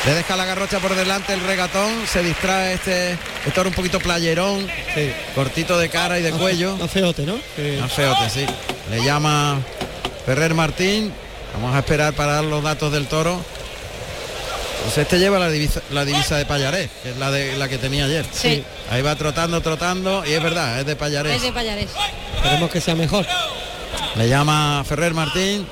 [SPEAKER 1] Le deja la garrocha por delante el regatón, se distrae este el toro un poquito playerón,
[SPEAKER 3] Sí.
[SPEAKER 1] cortito de cara y de
[SPEAKER 3] Más-
[SPEAKER 1] cuello.
[SPEAKER 3] Más feote, ¿no? Que-
[SPEAKER 1] Más feote, sí. Le llama Ferrer Martín. Vamos a esperar para dar los datos del toro. Pues este lleva la divisa, la divisa de Payarés, que es la, de, la que tenía ayer.
[SPEAKER 2] Sí.
[SPEAKER 1] Ahí va trotando, trotando, y es verdad, es de Payarés.
[SPEAKER 2] Es de Payares.
[SPEAKER 3] Esperemos que sea mejor.
[SPEAKER 1] Le llama Ferrer Martín.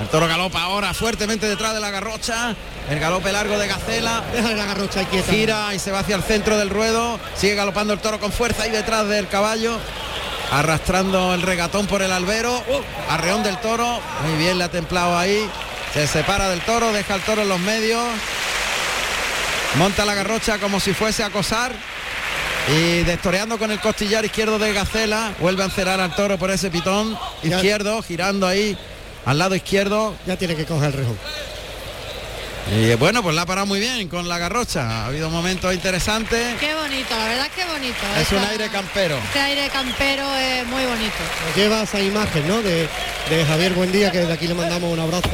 [SPEAKER 1] El toro galopa ahora fuertemente detrás de la garrocha. El galope largo de Gacela.
[SPEAKER 3] Déjale la garrocha ahí quieta.
[SPEAKER 1] Gira y se va hacia el centro del ruedo. Sigue galopando el toro con fuerza ahí detrás del caballo. Arrastrando el regatón por el albero. Uh, Arreón del toro. Muy bien, le ha templado ahí. Se separa del toro, deja al toro en los medios. Monta la garrocha como si fuese a acosar. Y destoreando con el costillar izquierdo de Gacela, vuelve a encerar al toro por ese pitón
[SPEAKER 3] Ya.
[SPEAKER 1] izquierdo, girando ahí al lado izquierdo.
[SPEAKER 3] Ya tiene que coger el rejón.
[SPEAKER 1] Y eh, bueno, pues la ha parado muy bien con la garrocha. Ha habido momentos interesantes.
[SPEAKER 2] Qué bonito, la verdad es que bonito.
[SPEAKER 1] Es un
[SPEAKER 2] Esta-
[SPEAKER 1] aire campero.
[SPEAKER 2] Este aire campero es muy bonito.
[SPEAKER 3] Nos lleva esa imagen, ¿no? De, de Javier Buendía, que desde aquí le mandamos un abrazo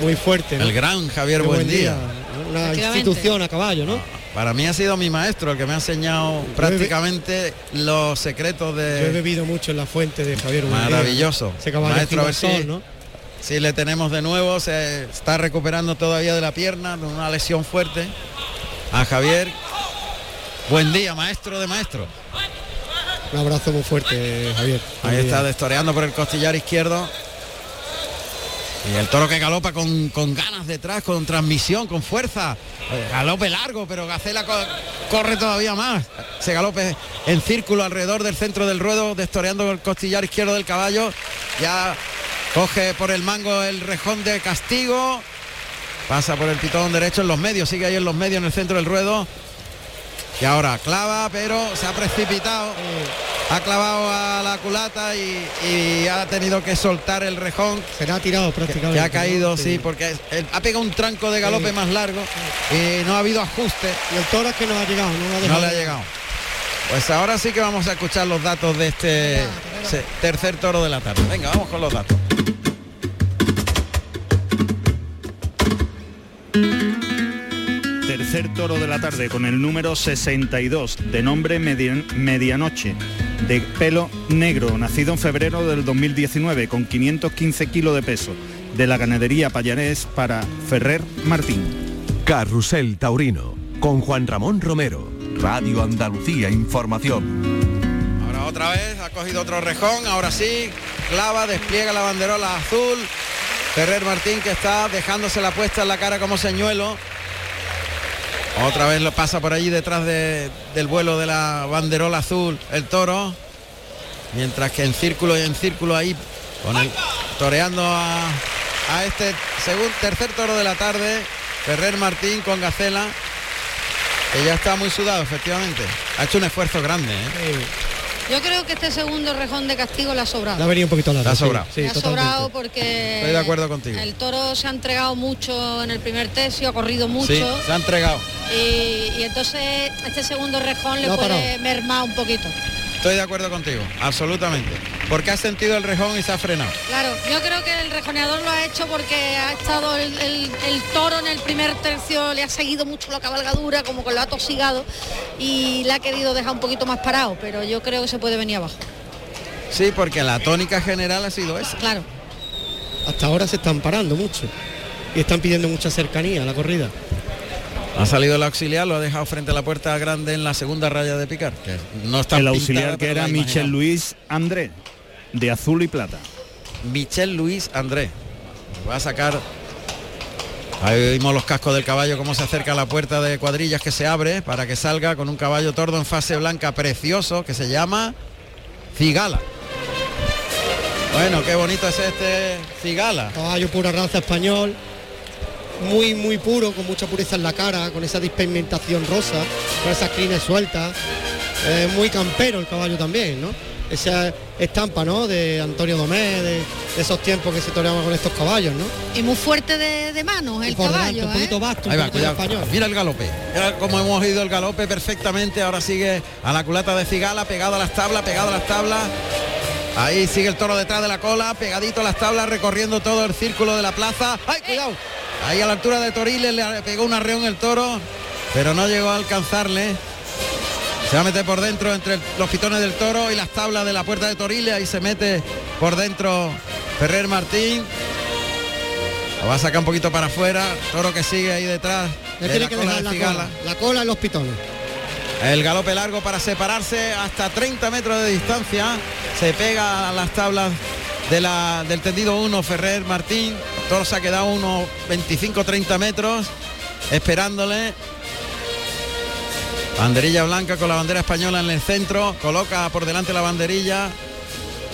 [SPEAKER 3] muy fuerte. ¿no?
[SPEAKER 1] El gran Javier
[SPEAKER 3] De
[SPEAKER 1] Buendía.
[SPEAKER 3] ¿no? Una
[SPEAKER 2] Efectivamente.
[SPEAKER 3] institución a caballo, ¿no?
[SPEAKER 1] Para mí ha sido mi maestro, el que me ha enseñado prácticamente los secretos
[SPEAKER 3] Yo he
[SPEAKER 1] de...
[SPEAKER 3] bebido mucho en la fuente de Javier Buendía.
[SPEAKER 1] Maravilloso.
[SPEAKER 3] Ese caballo
[SPEAKER 1] Maestro, a ver
[SPEAKER 3] girasol,
[SPEAKER 1] si-
[SPEAKER 3] ¿no?
[SPEAKER 1] Si le tenemos de nuevo, se está recuperando todavía de la pierna, de una lesión fuerte. A Javier, buen día, maestro de maestro.
[SPEAKER 3] Un abrazo muy fuerte, Javier.
[SPEAKER 1] Ahí
[SPEAKER 3] Buendía.
[SPEAKER 1] está destoreando por el costillar izquierdo. Y el toro que galopa con, con ganas detrás, con transmisión, con fuerza. Eh, Galope largo, pero Gacela co- corre todavía más. Se galope en círculo alrededor del centro del ruedo, destoreando por el costillar izquierdo del caballo. Ya coge por el mango el rejón de castigo. Pasa por el pitón derecho en los medios, sigue ahí en los medios en el centro del ruedo. Y ahora clava, pero se ha precipitado. Ha clavado a la culata y, y ha tenido que soltar el rejón
[SPEAKER 3] Se le ha tirado prácticamente.
[SPEAKER 1] que ha
[SPEAKER 3] ¿no?
[SPEAKER 1] caído, sí, porque es- el- ha pegado un tranco de galope
[SPEAKER 3] Sí.
[SPEAKER 1] más largo y no ha habido ajuste,
[SPEAKER 3] Y el toro es que no ha llegado, no lo ha
[SPEAKER 1] no
[SPEAKER 3] dejado.
[SPEAKER 1] le ha llegado. Pues ahora sí que vamos a escuchar los datos de este se- tercer toro de la tarde. Venga, vamos con los datos.
[SPEAKER 4] Tercer toro de la tarde con el número 62, de nombre Median- Medianoche, de pelo negro, nacido en febrero del 2019 con 515 kilos de peso, de la ganadería Payarés para Ferrer Martín.
[SPEAKER 5] Carrusel Taurino con Juan Ramón Romero. Radio Andalucía Información.
[SPEAKER 1] Ahora otra vez, ha cogido otro rejón, ahora sí, clava, despliega la banderola azul. Ferrer Martín que está dejándose la puesta en la cara como señuelo. Otra vez lo pasa por allí detrás de- del vuelo de la banderola azul el toro. Mientras que en círculo y en círculo ahí, con el- toreando a, a este segundo, tercer toro de la tarde, Ferrer Martín con Gacela, que ya está muy sudado efectivamente. Ha hecho un esfuerzo grande. ¿eh?
[SPEAKER 2] Yo creo que este segundo rejón de castigo le ha sobrado.
[SPEAKER 3] Le ha venido un poquito largo.
[SPEAKER 1] Le ha
[SPEAKER 3] sí,
[SPEAKER 1] sobrado.
[SPEAKER 3] Sí,
[SPEAKER 2] Le ha
[SPEAKER 3] totalmente.
[SPEAKER 2] sobrado porque
[SPEAKER 1] Estoy de acuerdo contigo.
[SPEAKER 2] el toro se ha entregado mucho en el primer tercio, ha corrido mucho
[SPEAKER 1] Sí, se ha entregado.
[SPEAKER 2] y, y entonces este segundo rejón le
[SPEAKER 3] Lo ha
[SPEAKER 2] puede
[SPEAKER 3] parado.
[SPEAKER 2] mermar un poquito.
[SPEAKER 1] Estoy de acuerdo contigo, absolutamente. Porque has sentido el rejón y se ha frenado.
[SPEAKER 2] Claro, yo creo que el rejoneador lo ha hecho porque ha estado el, el- el toro en el primer tercio, le ha seguido mucho la cabalgadura, como que lo ha tosigado y le ha querido dejar un poquito más parado, pero yo creo que se puede venir abajo.
[SPEAKER 1] Sí, porque la tónica general ha sido esa.
[SPEAKER 2] Claro.
[SPEAKER 3] Hasta ahora se están parando mucho. Y están pidiendo mucha cercanía a la corrida.
[SPEAKER 1] Ha salido el auxiliar, lo ha dejado frente a la puerta grande en la segunda raya de picar. Que no está
[SPEAKER 4] El
[SPEAKER 1] pintada,
[SPEAKER 4] auxiliar que
[SPEAKER 1] pero
[SPEAKER 4] era
[SPEAKER 1] la
[SPEAKER 4] Michel
[SPEAKER 1] imaginaba.
[SPEAKER 4] Luis André, de azul y plata.
[SPEAKER 1] Michel Luis Andrés. Va a sacar. Ahí vimos los cascos del caballo, cómo se acerca a la puerta de cuadrillas que se abre para que salga con un caballo tordo en fase blanca precioso que se llama Cigala. Bueno, qué bonito es este Cigala.
[SPEAKER 3] Caballo pura raza español. Muy, muy puro, con mucha pureza en la cara, con esa despigmentación rosa, con esas crines sueltas. Eh, muy campero el caballo también, ¿no? Esa estampa, ¿no? De Antonio Domé, de, de esos tiempos que se toreaban con estos caballos, ¿no?
[SPEAKER 2] Y muy fuerte de, de manos
[SPEAKER 3] Y
[SPEAKER 2] el
[SPEAKER 3] por
[SPEAKER 2] caballo.
[SPEAKER 3] delante, un
[SPEAKER 2] ¿eh?
[SPEAKER 3] poquito vasto, un
[SPEAKER 1] Ahí va,
[SPEAKER 3] poquito
[SPEAKER 1] cuidado.
[SPEAKER 3] español.
[SPEAKER 1] Mira el galope. Mira cómo hemos oído el galope perfectamente. Ahora sigue a la culata de Cigala, pegado a las tablas, pegado a las tablas. Ahí sigue el toro detrás de la cola, pegadito a las tablas, recorriendo todo el círculo de la plaza. ¡Ay, cuidado! Ahí a la altura de Toriles le pegó un arreón el toro, pero no llegó a alcanzarle. Se va a meter por dentro entre los pitones del toro y las tablas de la puerta de Toriles. Ahí se mete por dentro Ferrer Martín. Lo va a sacar un poquito para afuera. Toro que sigue ahí detrás.
[SPEAKER 3] Le
[SPEAKER 1] de
[SPEAKER 3] tiene
[SPEAKER 1] la
[SPEAKER 3] que
[SPEAKER 1] cola
[SPEAKER 3] dejar
[SPEAKER 1] de
[SPEAKER 3] la
[SPEAKER 1] Cigala.
[SPEAKER 3] cola, la cola en los pitones.
[SPEAKER 1] El galope largo para separarse hasta 30 metros de distancia. Se pega a las tablas de la- del tendido 1 Ferrer Martín. Toro se ha quedado unos 25-30 metros esperándole. Banderilla blanca con la bandera española en el centro. Coloca por delante la banderilla.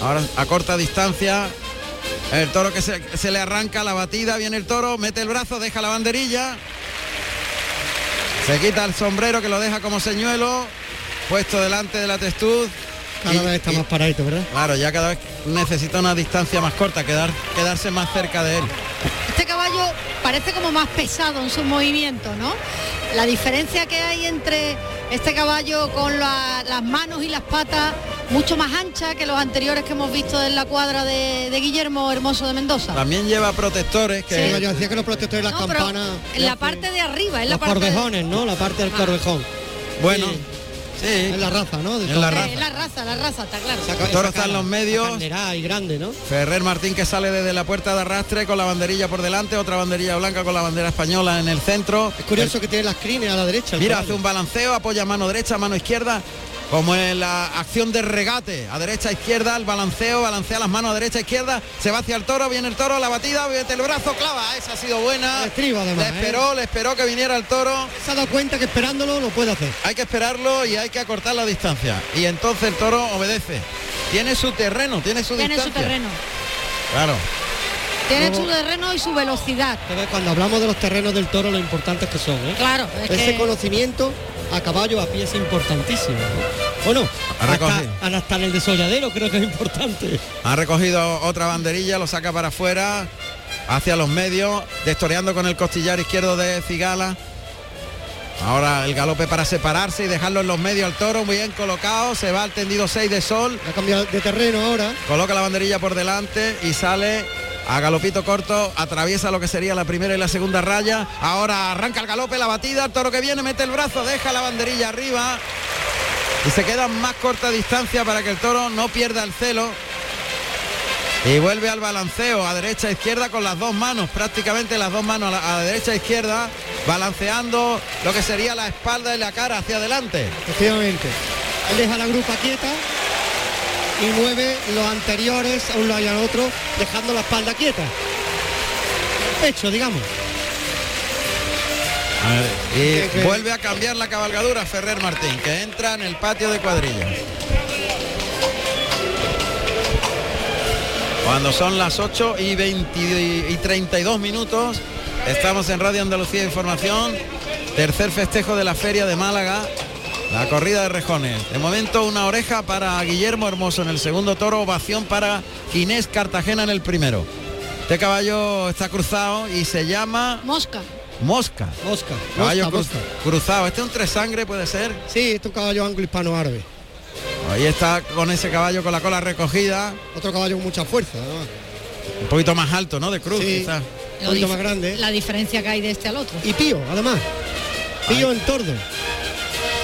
[SPEAKER 1] Ahora a corta distancia. El toro que se, se le arranca la batida. Viene el toro, mete el brazo, deja la banderilla. Se quita el sombrero que lo deja como señuelo. puesto delante de la testud.
[SPEAKER 3] Cada vez está más paradito, ¿verdad?
[SPEAKER 1] Claro, ya cada vez necesita una distancia más corta, quedar, quedarse más cerca de él.
[SPEAKER 2] Este caballo parece como más pesado en sus movimientos, ¿no? La diferencia que hay entre este caballo con la- las manos y las patas mucho más ancha que los anteriores que hemos visto en la cuadra de, de Guillermo Hermoso de Mendoza.
[SPEAKER 1] También lleva protectores que
[SPEAKER 3] Yo decía que los protectores de las
[SPEAKER 2] No, pero
[SPEAKER 3] campanas.
[SPEAKER 2] en la parte de arriba, en la
[SPEAKER 3] los
[SPEAKER 2] parte de- Ah.
[SPEAKER 3] cordejones, ¿no? La parte del cordejón.
[SPEAKER 1] bueno,
[SPEAKER 3] Sí.
[SPEAKER 1] sí,
[SPEAKER 3] Es la raza, ¿no? De
[SPEAKER 1] Es
[SPEAKER 3] todo.
[SPEAKER 1] la raza.
[SPEAKER 2] Eh, la raza, la raza, está claro.
[SPEAKER 3] Esa
[SPEAKER 1] El
[SPEAKER 3] ca- esa
[SPEAKER 1] toro está en
[SPEAKER 3] cara,
[SPEAKER 1] los medios.
[SPEAKER 3] esa banderá y grande, ¿no?
[SPEAKER 1] Ferrer Martín que sale desde la puerta de arrastre con la banderilla por delante, otra banderilla blanca con la bandera española en el centro.
[SPEAKER 3] Es curioso que tiene las crines a la derecha. el
[SPEAKER 1] Mira, hace
[SPEAKER 3] caballo.
[SPEAKER 1] un balanceo, apoya mano derecha, mano izquierda, como en la acción de regate, a derecha, izquierda, el balanceo, balancea las manos a derecha, izquierda, se va hacia el toro, viene el toro, la batida, vete el brazo, clava, esa ha sido buena.
[SPEAKER 3] El estribo, además,
[SPEAKER 1] le esperó, le esperó que viniera el toro.
[SPEAKER 3] Se ha dado cuenta que esperándolo lo puede hacer.
[SPEAKER 1] Hay que esperarlo y hay que acortar la distancia. Y entonces el toro obedece. Tiene su terreno, tiene su
[SPEAKER 2] Tiene su
[SPEAKER 1] distancia.
[SPEAKER 2] terreno.
[SPEAKER 1] Claro.
[SPEAKER 2] Tiene
[SPEAKER 3] Luego-
[SPEAKER 2] su terreno y su velocidad.
[SPEAKER 3] Entonces, cuando hablamos de los terrenos del toro, lo importantes que son, ¿eh?
[SPEAKER 2] Claro, es
[SPEAKER 3] Ese
[SPEAKER 2] que-
[SPEAKER 3] conocimiento a caballo a pie es importantísimo. ¿no? Bueno,
[SPEAKER 1] Ha
[SPEAKER 3] hasta,
[SPEAKER 1] recogido.
[SPEAKER 3] hasta en el desolladero creo que es importante.
[SPEAKER 1] Ha recogido otra banderilla, lo saca para afuera, hacia los medios, destoreando con el costillar izquierdo de Cigala. Ahora el galope para separarse y dejarlo en los medios al toro, muy bien colocado, se va al tendido 6 de sol,
[SPEAKER 3] Ha cambiado de terreno ahora.
[SPEAKER 1] coloca la banderilla por delante y sale a galopito corto, atraviesa lo que sería la primera y la segunda raya, ahora arranca el galope, la batida, el toro que viene, mete el brazo, deja la banderilla arriba y se queda más corta distancia para que el toro no pierda el celo. Y vuelve al balanceo a derecha izquierda con las dos manos, prácticamente las dos manos a la, a la derecha izquierda, balanceando lo que sería la espalda y la cara hacia adelante.
[SPEAKER 3] Efectivamente. Él deja la grupa quieta y mueve los anteriores a un lado y al otro, dejando la espalda quieta. Pecho, digamos.
[SPEAKER 1] Y
[SPEAKER 3] Que- que-
[SPEAKER 1] vuelve a cambiar la cabalgadura Ferrer Martín, que entra en el patio de cuadrillas. Cuando son las 8 y, 20 y 32 minutos, estamos en Radio Andalucía Información, tercer festejo de la Feria de Málaga, la corrida de rejones. De momento una oreja para Guillermo Hermoso en el segundo toro, ovación para Inés Cartagena en el primero. Este caballo está cruzado y se llama
[SPEAKER 2] Mosca.
[SPEAKER 1] Mosca.
[SPEAKER 3] Mosca.
[SPEAKER 1] Caballo
[SPEAKER 3] Mosca,
[SPEAKER 1] cruz-
[SPEAKER 3] mosca.
[SPEAKER 1] cruzado. Este es un tres sangre, puede ser.
[SPEAKER 3] Sí, este es un caballo anglo-hispano-árabe.
[SPEAKER 1] Ahí está con ese caballo con la cola recogida.
[SPEAKER 3] Otro caballo con mucha fuerza. además.
[SPEAKER 1] Un poquito más alto, ¿no? De cruz,
[SPEAKER 3] Sí.
[SPEAKER 1] quizás.
[SPEAKER 3] Un poquito más grande. ¿eh?
[SPEAKER 2] La diferencia que hay de este al otro.
[SPEAKER 3] Y pío, además. Pío en tordo.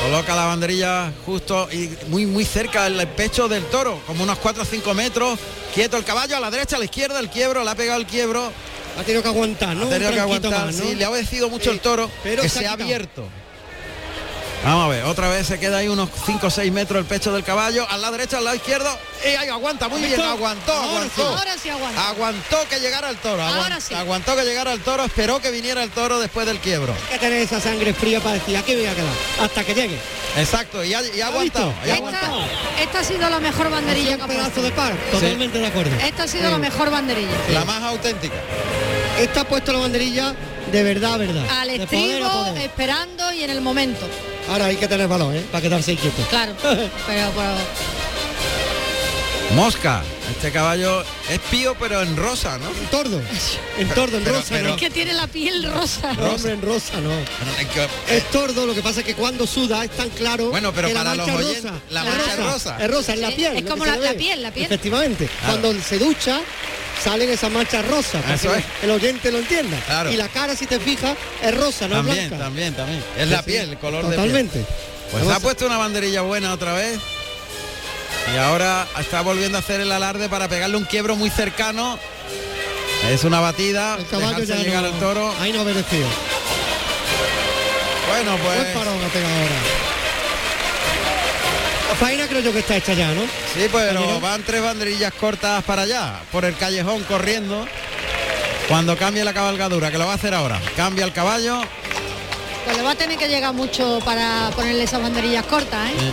[SPEAKER 1] Coloca la banderilla justo y muy muy cerca al pecho del toro, como unos 4 o 5 metros. Quieto el caballo, a la derecha, a la izquierda, el quiebro, le ha pegado el quiebro.
[SPEAKER 3] Ha tenido que aguantar, ¿no?
[SPEAKER 1] ha tenido
[SPEAKER 3] Un
[SPEAKER 1] que
[SPEAKER 3] tranquito
[SPEAKER 1] aguantar,
[SPEAKER 3] más, ¿no?
[SPEAKER 1] sí, le ha obedecido mucho
[SPEAKER 3] Sí,
[SPEAKER 1] el toro,
[SPEAKER 3] pero
[SPEAKER 1] que
[SPEAKER 3] se ha
[SPEAKER 1] se ha
[SPEAKER 3] quitado.
[SPEAKER 1] abierto. Vamos a ver, otra vez se queda ahí unos 5 o 6 metros el pecho del caballo, al lado derecho, al lado izquierdo,
[SPEAKER 3] Eh,
[SPEAKER 1] y ahí aguanta, muy bien,
[SPEAKER 3] ¿Visto?
[SPEAKER 1] aguantó,
[SPEAKER 3] Ahora Ah,
[SPEAKER 1] aguantó.
[SPEAKER 2] Ahora sí aguanta.
[SPEAKER 1] Aguantó que llegara el toro, aguan-
[SPEAKER 2] Ahora sí.
[SPEAKER 1] aguantó que llegara el toro, esperó que viniera el toro después del quiebro.
[SPEAKER 3] Hay que tener esa sangre fría para decir, aquí voy a quedar, hasta que llegue.
[SPEAKER 1] Exacto, y ha, y ha aguantado.
[SPEAKER 3] visto?
[SPEAKER 1] y ha
[SPEAKER 3] Ya
[SPEAKER 1] aguantado.
[SPEAKER 2] Esta, esta ha sido la mejor banderilla
[SPEAKER 3] Hacía
[SPEAKER 2] que
[SPEAKER 3] un
[SPEAKER 2] ha
[SPEAKER 3] pedazo
[SPEAKER 2] puesto.
[SPEAKER 3] de par, totalmente de acuerdo.
[SPEAKER 2] Esta este. ha sido la mejor banderilla.
[SPEAKER 1] La más auténtica.
[SPEAKER 3] Esta ha puesto la banderilla de verdad, verdad.
[SPEAKER 2] Al
[SPEAKER 3] De poder a
[SPEAKER 2] estribo,
[SPEAKER 3] poder.
[SPEAKER 2] esperando y en el momento.
[SPEAKER 3] Ahora hay que tener valor, ¿eh? Para quedarse quieto. [laughs]
[SPEAKER 2] Claro. Pero, pero-
[SPEAKER 1] Mosca, este caballo es pío pero en rosa, ¿no?
[SPEAKER 3] En tordo. En tordo, en
[SPEAKER 1] Pero-
[SPEAKER 3] rosa,
[SPEAKER 1] pero-
[SPEAKER 3] no.
[SPEAKER 2] es que tiene la piel rosa.
[SPEAKER 3] No, hombre, en rosa, no.
[SPEAKER 1] Bueno, es que- eh,
[SPEAKER 3] Es tordo, lo que pasa es que cuando suda es tan claro.
[SPEAKER 1] Bueno, pero
[SPEAKER 3] que
[SPEAKER 1] para los
[SPEAKER 3] mancha es
[SPEAKER 1] oyentes,
[SPEAKER 3] rosa.
[SPEAKER 1] la
[SPEAKER 3] Es
[SPEAKER 1] mancha es rosa.
[SPEAKER 3] Es rosa, es la
[SPEAKER 2] Sí,
[SPEAKER 3] piel.
[SPEAKER 2] es
[SPEAKER 3] lo
[SPEAKER 2] como
[SPEAKER 3] que
[SPEAKER 2] la-
[SPEAKER 3] se
[SPEAKER 2] la
[SPEAKER 3] ve.
[SPEAKER 2] piel, la piel.
[SPEAKER 3] Efectivamente.
[SPEAKER 1] Claro.
[SPEAKER 3] Cuando se ducha, salen esas manchas rosas. para
[SPEAKER 1] Eso
[SPEAKER 3] que
[SPEAKER 1] es.
[SPEAKER 3] El oyente lo entienda.
[SPEAKER 1] Claro.
[SPEAKER 3] Y la cara, si te fijas, es rosa, no es
[SPEAKER 1] también,
[SPEAKER 3] blanca.
[SPEAKER 1] también, también. Es la
[SPEAKER 3] Sí, sí.
[SPEAKER 1] piel, el color de
[SPEAKER 3] Totalmente.
[SPEAKER 1] piel. Pues
[SPEAKER 3] Vamos
[SPEAKER 1] ha puesto una banderilla buena otra vez. Y ahora está volviendo a hacer el alarde para pegarle un quiebro muy cercano. Es una batida.
[SPEAKER 3] El caballo
[SPEAKER 1] dejarse
[SPEAKER 3] ya
[SPEAKER 1] Ah, llegar
[SPEAKER 3] no, Ah.
[SPEAKER 1] al toro.
[SPEAKER 3] Ahí no ha merecido.
[SPEAKER 1] Bueno,
[SPEAKER 3] Buen
[SPEAKER 1] pues.
[SPEAKER 3] parón ha pegado ahora. La faena creo yo que está hecha ya, ¿no?
[SPEAKER 1] Sí, pero
[SPEAKER 3] Cayeron.
[SPEAKER 1] van tres banderillas cortas para allá, por el callejón corriendo. Cuando cambie la cabalgadura, que lo va a hacer ahora. Cambia el caballo.
[SPEAKER 2] Pues le va a tener que llegar mucho para ponerle esas banderillas cortas, ¿eh?
[SPEAKER 1] Sí.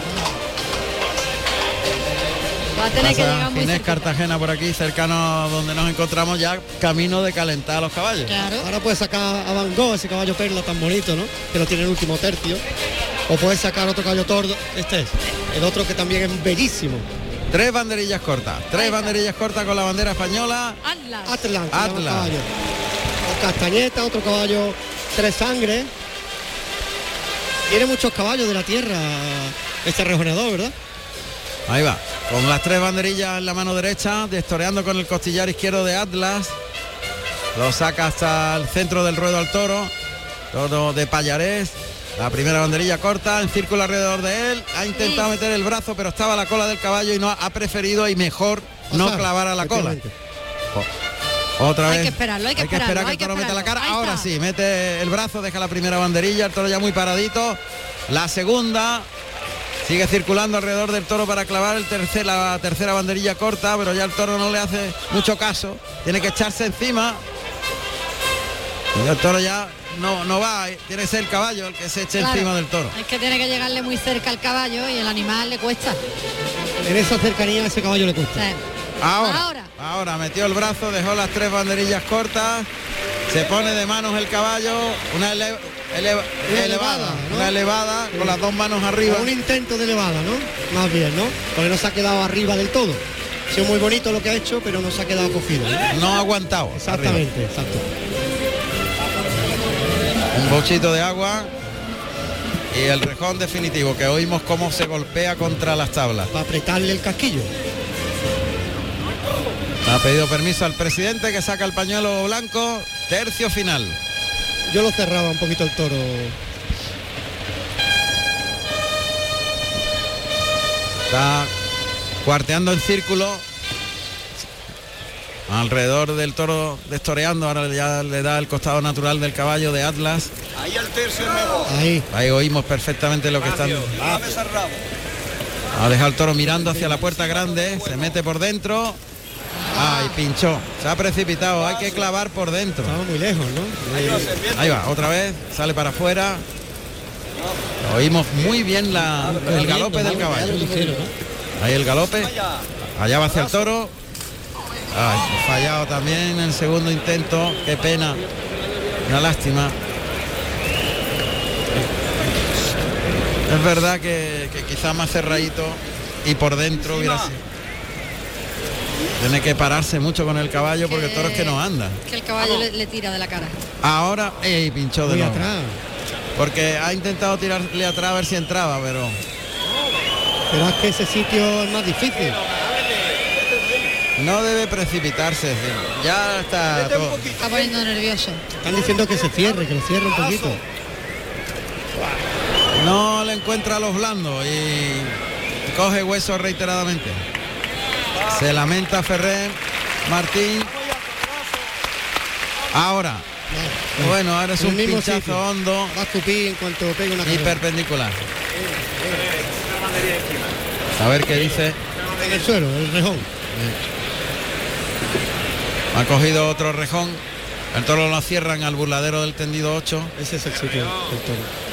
[SPEAKER 2] Va a tener que
[SPEAKER 1] Pasa
[SPEAKER 2] llegar muy
[SPEAKER 1] Ginés
[SPEAKER 2] cerquita.
[SPEAKER 1] Cartagena por aquí, cercano donde nos encontramos ya, camino de calentar a los caballos.
[SPEAKER 2] Claro.
[SPEAKER 3] Ahora puede sacar a Van Gogh ese caballo perla tan bonito, ¿no? Que lo tiene en el último tercio. O puedes sacar otro callo tordo. Este es. El otro que también es bellísimo.
[SPEAKER 1] Tres banderillas cortas. Tres banderillas cortas con la bandera española.
[SPEAKER 2] Atlas.
[SPEAKER 3] Atlas. que
[SPEAKER 1] Atlas.
[SPEAKER 3] llama caballo. O Castañeta, otro caballo tres sangre. Tiene muchos caballos de la tierra este rejoneador, ¿verdad?
[SPEAKER 1] Ahí va. Con las tres banderillas en la mano derecha, destoreando con el costillar izquierdo de Atlas. Lo saca hasta el centro del ruedo al toro. Toro de Payarés. La primera banderilla corta, en círculo alrededor de él. Ha intentado meter el brazo, pero estaba a la cola del caballo y no ha preferido y mejor no
[SPEAKER 3] Pasar,
[SPEAKER 1] clavar a la cola.
[SPEAKER 3] efectivamente.
[SPEAKER 1] Otra
[SPEAKER 2] Hay
[SPEAKER 1] vez.
[SPEAKER 2] que esperarlo, hay que
[SPEAKER 1] esperar
[SPEAKER 2] esperarlo,
[SPEAKER 1] que
[SPEAKER 2] hay
[SPEAKER 1] el
[SPEAKER 2] que
[SPEAKER 1] toro meta la cara.
[SPEAKER 2] esperarlo. Ahí
[SPEAKER 1] Ahora
[SPEAKER 2] está.
[SPEAKER 1] sí, mete el brazo, deja la primera banderilla, el toro ya muy paradito. La segunda sigue circulando alrededor del toro para clavar el tercer, la tercera banderilla corta, pero ya el toro no le hace mucho caso. Tiene que echarse encima. Y el toro ya no, no va, eh, tiene que ser el caballo el que se eche
[SPEAKER 2] Claro.
[SPEAKER 1] encima del toro.
[SPEAKER 2] Es que tiene que llegarle muy cerca al caballo y el animal le cuesta.
[SPEAKER 3] En esa cercanía a ese caballo le
[SPEAKER 2] O
[SPEAKER 3] cuesta.
[SPEAKER 2] sea,
[SPEAKER 1] Ahora, ahora.
[SPEAKER 2] Ahora.
[SPEAKER 1] metió el brazo, dejó las tres banderillas cortas, se pone de manos el caballo, una, ele- eleva-
[SPEAKER 3] Una
[SPEAKER 1] elevada,
[SPEAKER 3] elevada, ¿no?
[SPEAKER 1] una elevada
[SPEAKER 3] Sí.
[SPEAKER 1] con las dos manos arriba.
[SPEAKER 3] Como un intento de elevada, ¿no? Más bien, ¿no? Porque no se ha quedado arriba del todo. Ha sido muy bonito lo que ha hecho, pero no se ha quedado cogido. ¿no?
[SPEAKER 1] No ha aguantado. arriba.
[SPEAKER 3] Exactamente, exacto.
[SPEAKER 1] Un bochito de agua y el rejón definitivo, que oímos cómo se golpea contra las tablas.
[SPEAKER 3] Para apretarle el casquillo.
[SPEAKER 1] Ha pedido permiso al presidente que saca el pañuelo blanco, tercio final.
[SPEAKER 3] Yo lo cerraba un poquito el toro.
[SPEAKER 1] Está cuarteando en círculo. Alrededor del toro destoreando, ahora ya le da el costado natural del caballo de Atlas.
[SPEAKER 3] Ahí.
[SPEAKER 1] Ahí oímos perfectamente lo que están. Ha dejado el toro mirando hacia la puerta grande, se mete por dentro. Ay, pinchó. Se ha precipitado, hay que clavar por dentro.
[SPEAKER 3] Estaba muy lejos, ¿no?
[SPEAKER 1] Ahí va, otra vez, sale para afuera. Oímos muy bien la- el galope del caballo. Ahí el galope. Allá va hacia el toro. Ay, fallado también en el segundo intento. Qué pena. Una lástima. Es verdad que, que quizá más cerradito y por dentro hubiera sido. Tiene que pararse mucho con el caballo porque el toro es que no anda.
[SPEAKER 2] Que el caballo le, le tira de la cara.
[SPEAKER 1] Ahora, ey, pinchó de
[SPEAKER 3] Muy
[SPEAKER 1] nuevo.
[SPEAKER 3] atrás.
[SPEAKER 1] Porque ha intentado tirarle atrás a ver si entraba, pero
[SPEAKER 3] Pero es que ese sitio es más difícil.
[SPEAKER 1] no debe precipitarse. es decir, Ya está todo.
[SPEAKER 2] Está poniendo nervioso.
[SPEAKER 3] Están diciendo que se cierre, que lo cierre un poquito.
[SPEAKER 1] No le encuentra los blandos y coge huesos reiteradamente. Se lamenta Ferrer, Martín. Ahora, bueno, ahora es
[SPEAKER 3] En el
[SPEAKER 1] un
[SPEAKER 3] mismo
[SPEAKER 1] pinchazo
[SPEAKER 3] sitio.
[SPEAKER 1] hondo
[SPEAKER 3] Va a escupir en cuanto pegue una
[SPEAKER 1] y
[SPEAKER 3] carrera.
[SPEAKER 1] perpendicular. A ver qué dice.
[SPEAKER 3] En el suelo, en el rejón.
[SPEAKER 1] Ha cogido otro rejón. El toro lo cierran al burladero del tendido 8.
[SPEAKER 3] Ese es el sitio del toro.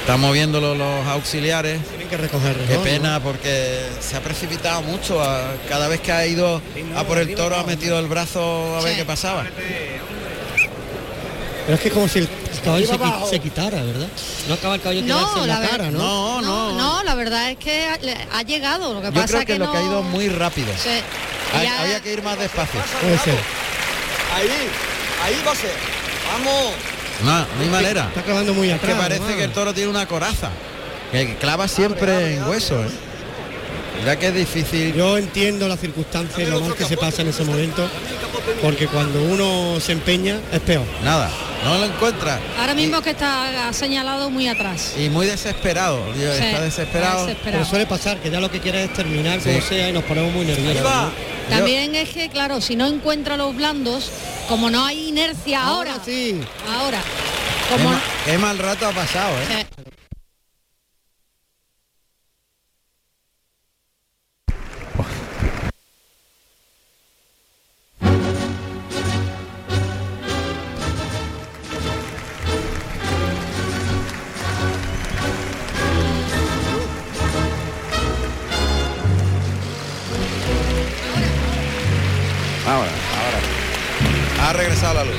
[SPEAKER 1] Están moviéndolo los auxiliares.
[SPEAKER 3] Tienen que recoger el
[SPEAKER 1] Qué
[SPEAKER 3] rejón,
[SPEAKER 1] pena porque se ha precipitado mucho. a- cada vez que ha ido a por el toro ha metido el brazo a ver
[SPEAKER 2] Sí.
[SPEAKER 1] qué pasaba.
[SPEAKER 3] ¿no? Pero es que como si el caballo se, qui- se quitara, ¿verdad? No acaba el caballo tirarse en la
[SPEAKER 2] ver-
[SPEAKER 3] cara, ¿no?
[SPEAKER 1] No, no.
[SPEAKER 2] No, la verdad es que ha, le- ha llegado. Lo que
[SPEAKER 1] Yo
[SPEAKER 2] pasa
[SPEAKER 1] creo que,
[SPEAKER 2] que
[SPEAKER 1] lo
[SPEAKER 2] no-
[SPEAKER 1] que ha ido muy rápido.
[SPEAKER 2] Sí.
[SPEAKER 1] Hay-
[SPEAKER 2] Ya-
[SPEAKER 1] había que ir más despacio.
[SPEAKER 3] Puede ser.
[SPEAKER 1] No, no hay manera.
[SPEAKER 3] Está clavando muy
[SPEAKER 1] Es que
[SPEAKER 3] atrás.
[SPEAKER 1] parece
[SPEAKER 3] ¿no?
[SPEAKER 1] que el toro tiene una coraza. Que clava siempre en hueso. ¿eh? Mira que es difícil
[SPEAKER 3] Yo entiendo las circunstancias y lo mal que se pasa en ese momento, porque cuando uno se empeña es peor.
[SPEAKER 1] Nada, no lo encuentra.
[SPEAKER 2] Ahora mismo que está ha señalado muy atrás.
[SPEAKER 1] Y muy desesperado, Dios,
[SPEAKER 2] Sí,
[SPEAKER 1] está desesperado.
[SPEAKER 2] está desesperado.
[SPEAKER 3] Pero suele pasar que ya lo que quiere es terminar como
[SPEAKER 1] Sí.
[SPEAKER 3] sea y nos ponemos muy nerviosos. ¿no?
[SPEAKER 2] También es que, claro, si no encuentra los blandos, como no hay
[SPEAKER 1] Ah,
[SPEAKER 2] inercia ahora, ahora,
[SPEAKER 3] sí.
[SPEAKER 1] Qué,
[SPEAKER 2] como
[SPEAKER 1] ma- qué mal rato ha pasado, ¿eh?
[SPEAKER 2] eh,
[SPEAKER 6] Ahora.
[SPEAKER 1] Ha regresado la luz.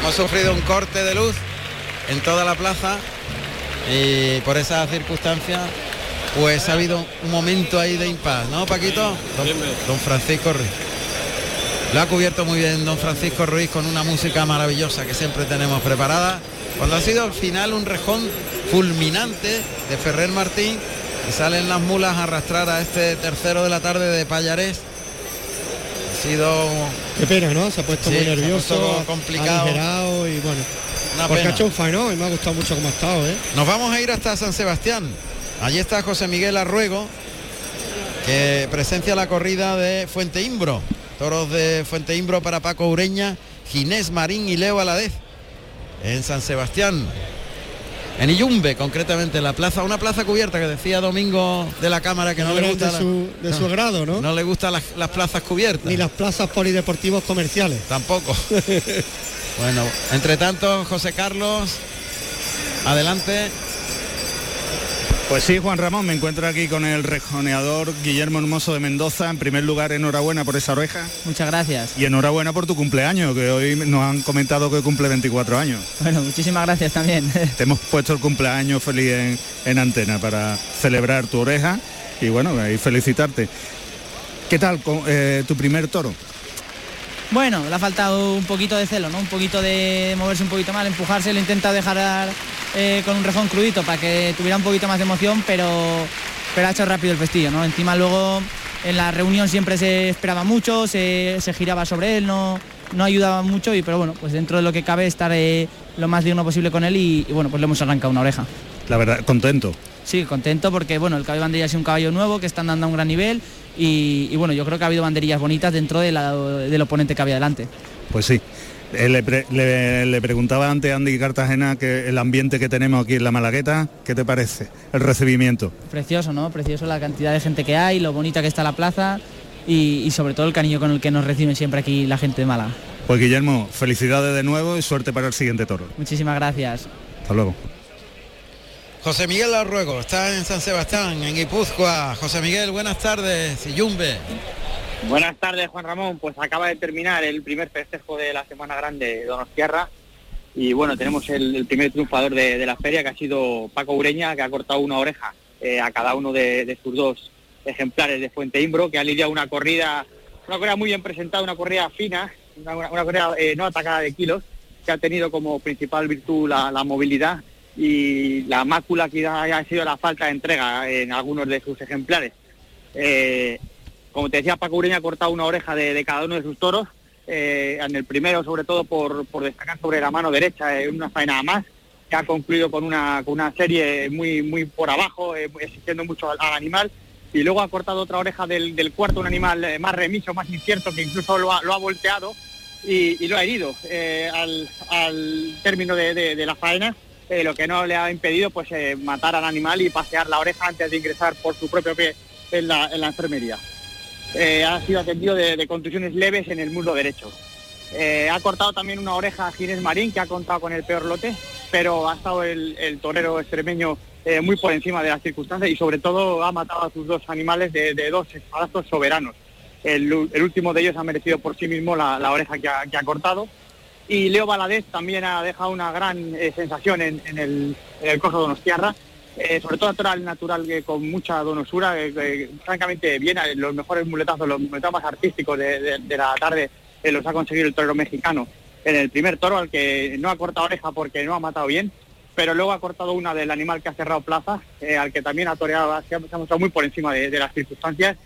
[SPEAKER 1] Hemos sufrido un corte de luz en toda la plaza. y por esas circunstancias pues ha habido un momento ahí de impas, ¿no, Paquito? Don, don Francisco Ruiz. Lo ha cubierto muy bien don Francisco Ruiz con una música maravillosa que siempre tenemos preparada. Cuando ha sido al final un rejón fulminante de Ferrer Martín y salen las mulas a arrastrar a este tercero de la tarde de Payarés. Ha sido
[SPEAKER 3] Qué pena, ¿no? Se ha puesto
[SPEAKER 1] Sí,
[SPEAKER 3] muy
[SPEAKER 1] se ha
[SPEAKER 3] nervioso,
[SPEAKER 1] puesto
[SPEAKER 3] ha-
[SPEAKER 1] complicado.
[SPEAKER 3] ha aligerado y bueno.
[SPEAKER 1] una
[SPEAKER 3] Porque
[SPEAKER 1] pena.
[SPEAKER 3] ha hecho un faenón y me ha gustado mucho cómo ha estado, ¿eh?
[SPEAKER 1] Nos vamos a ir hasta San Sebastián. Allí está José Miguel Arruego, que presencia la corrida de Fuente Imbro. Toros de Fuente Imbro para Paco Ureña, Ginés Marín y Leo Aladez. En San Sebastián. En Iyumbe, concretamente, en la plaza, una plaza cubierta que decía Domingo de la Cámara que no,
[SPEAKER 3] Era
[SPEAKER 1] le gusta
[SPEAKER 3] de
[SPEAKER 1] la-
[SPEAKER 3] su, de su
[SPEAKER 1] no,
[SPEAKER 3] agrado, ¿no?
[SPEAKER 1] no le gustan las, las plazas cubiertas.
[SPEAKER 3] Ni las plazas polideportivos comerciales. [laughs]
[SPEAKER 1] Tampoco. bueno, entre tanto, José Carlos, adelante.
[SPEAKER 4] Pues sí, Juan Ramón, me encuentro aquí con el rejoneador Guillermo Hermoso de Mendoza. En primer lugar, enhorabuena por esa oreja
[SPEAKER 10] Muchas gracias.
[SPEAKER 4] y enhorabuena por tu cumpleaños, que hoy nos han comentado que cumple 24 años.
[SPEAKER 10] Bueno, muchísimas gracias también.
[SPEAKER 4] [laughs] Te hemos puesto el cumpleaños feliz en, en antena para celebrar tu oreja y bueno, y felicitarte. ¿Qué tal con, eh, tu primer toro?
[SPEAKER 10] Bueno, le ha faltado un poquito de celo, ¿no? Un poquito de moverse un poquito más, empujarse, lo intenta dejar eh, con un rejón crudito para que tuviera un poquito más de emoción, pero, pero ha hecho rápido el pestillo, ¿no? Encima luego en la reunión siempre se esperaba mucho, se, se giraba sobre él, no, no ayudaba mucho, y, pero bueno, pues dentro de lo que cabe estar eh, lo más digno posible con él y, y bueno, pues le hemos arrancado una oreja.
[SPEAKER 4] La verdad, contento.
[SPEAKER 10] Sí, contento porque bueno, el caballo banderilla es un caballo nuevo que están dando a un gran nivel y, y, bueno, yo creo que ha habido banderillas bonitas dentro de la- del oponente que había delante.
[SPEAKER 4] Pues sí. Eh, le, pre- le- le preguntaba antes a Andy Cartagena que el ambiente que tenemos aquí en la Malagueta, ¿qué te parece? El recibimiento.
[SPEAKER 10] Precioso, ¿no? Precioso la cantidad de gente que hay, lo bonita que está la plaza y, y sobre todo el cariño con el que nos reciben siempre aquí la gente de Málaga.
[SPEAKER 4] Pues Guillermo, felicidades de nuevo y suerte para el siguiente toro.
[SPEAKER 10] Muchísimas gracias.
[SPEAKER 4] Hasta luego.
[SPEAKER 1] José Miguel Arruego está en San Sebastián, en Guipúzcoa. José Miguel, buenas tardes. Yumbe.
[SPEAKER 9] Buenas tardes, Juan Ramón. Pues acaba de terminar el primer festejo de la Semana Grande de Donostiarra. Y bueno, tenemos el, el primer triunfador de, de la feria, que ha sido Paco Ureña, que ha cortado una oreja eh, a cada uno de, de sus dos ejemplares de Fuente Imbro, que ha lidiado una corrida, una corrida muy bien presentada, una corrida fina, una, una- una corrida eh, no atacada de kilos, que ha tenido como principal virtud la, la movilidad y la mácula que ha, ha sido la falta de entrega en algunos de sus ejemplares. Eh, como te decía, Paco Ureña ha cortado una oreja de, de cada uno de sus toros, eh, en el primero sobre todo por, por destacar sobre la mano derecha en una faena a más, que ha concluido con una, con una serie muy, muy por abajo, eh, exigiendo mucho al, al animal, y luego ha cortado otra oreja del, del cuarto, un animal eh, más remiso, más incierto, que incluso lo ha, lo ha volteado y, y lo ha herido eh, al, al término de, de- de la faena. eh, lo que no le ha impedido pues eh, matar al animal y pasear la oreja antes de ingresar por su propio pie en la- en la enfermería. Eh, ha sido atendido de, de contusiones leves en el muslo derecho. Eh, ha cortado también una oreja a Ginés Marín, que ha contado con el peor lote, pero ha estado el, el torero extremeño eh, muy por encima de las circunstancias y sobre todo ha matado a sus dos animales de, de dos espadazos soberanos. El, u- el último de ellos ha merecido por sí mismo la, la oreja que ha, que ha cortado. Y Leo Valadez también ha dejado una gran eh, sensación en, en el, en el coso donostiarra, eh, sobre todo natural, natural que con mucha donosura, eh, eh, francamente bien, eh, los mejores muletazos, los muletazos más artísticos de, de- de la tarde eh, los ha conseguido el torero mexicano en el primer toro, al que no ha cortado oreja porque no ha matado bien, pero luego ha cortado una del animal que ha cerrado plaza, eh, al que también ha toreado, se ha, se ha mostrado muy por encima de, de las circunstancias,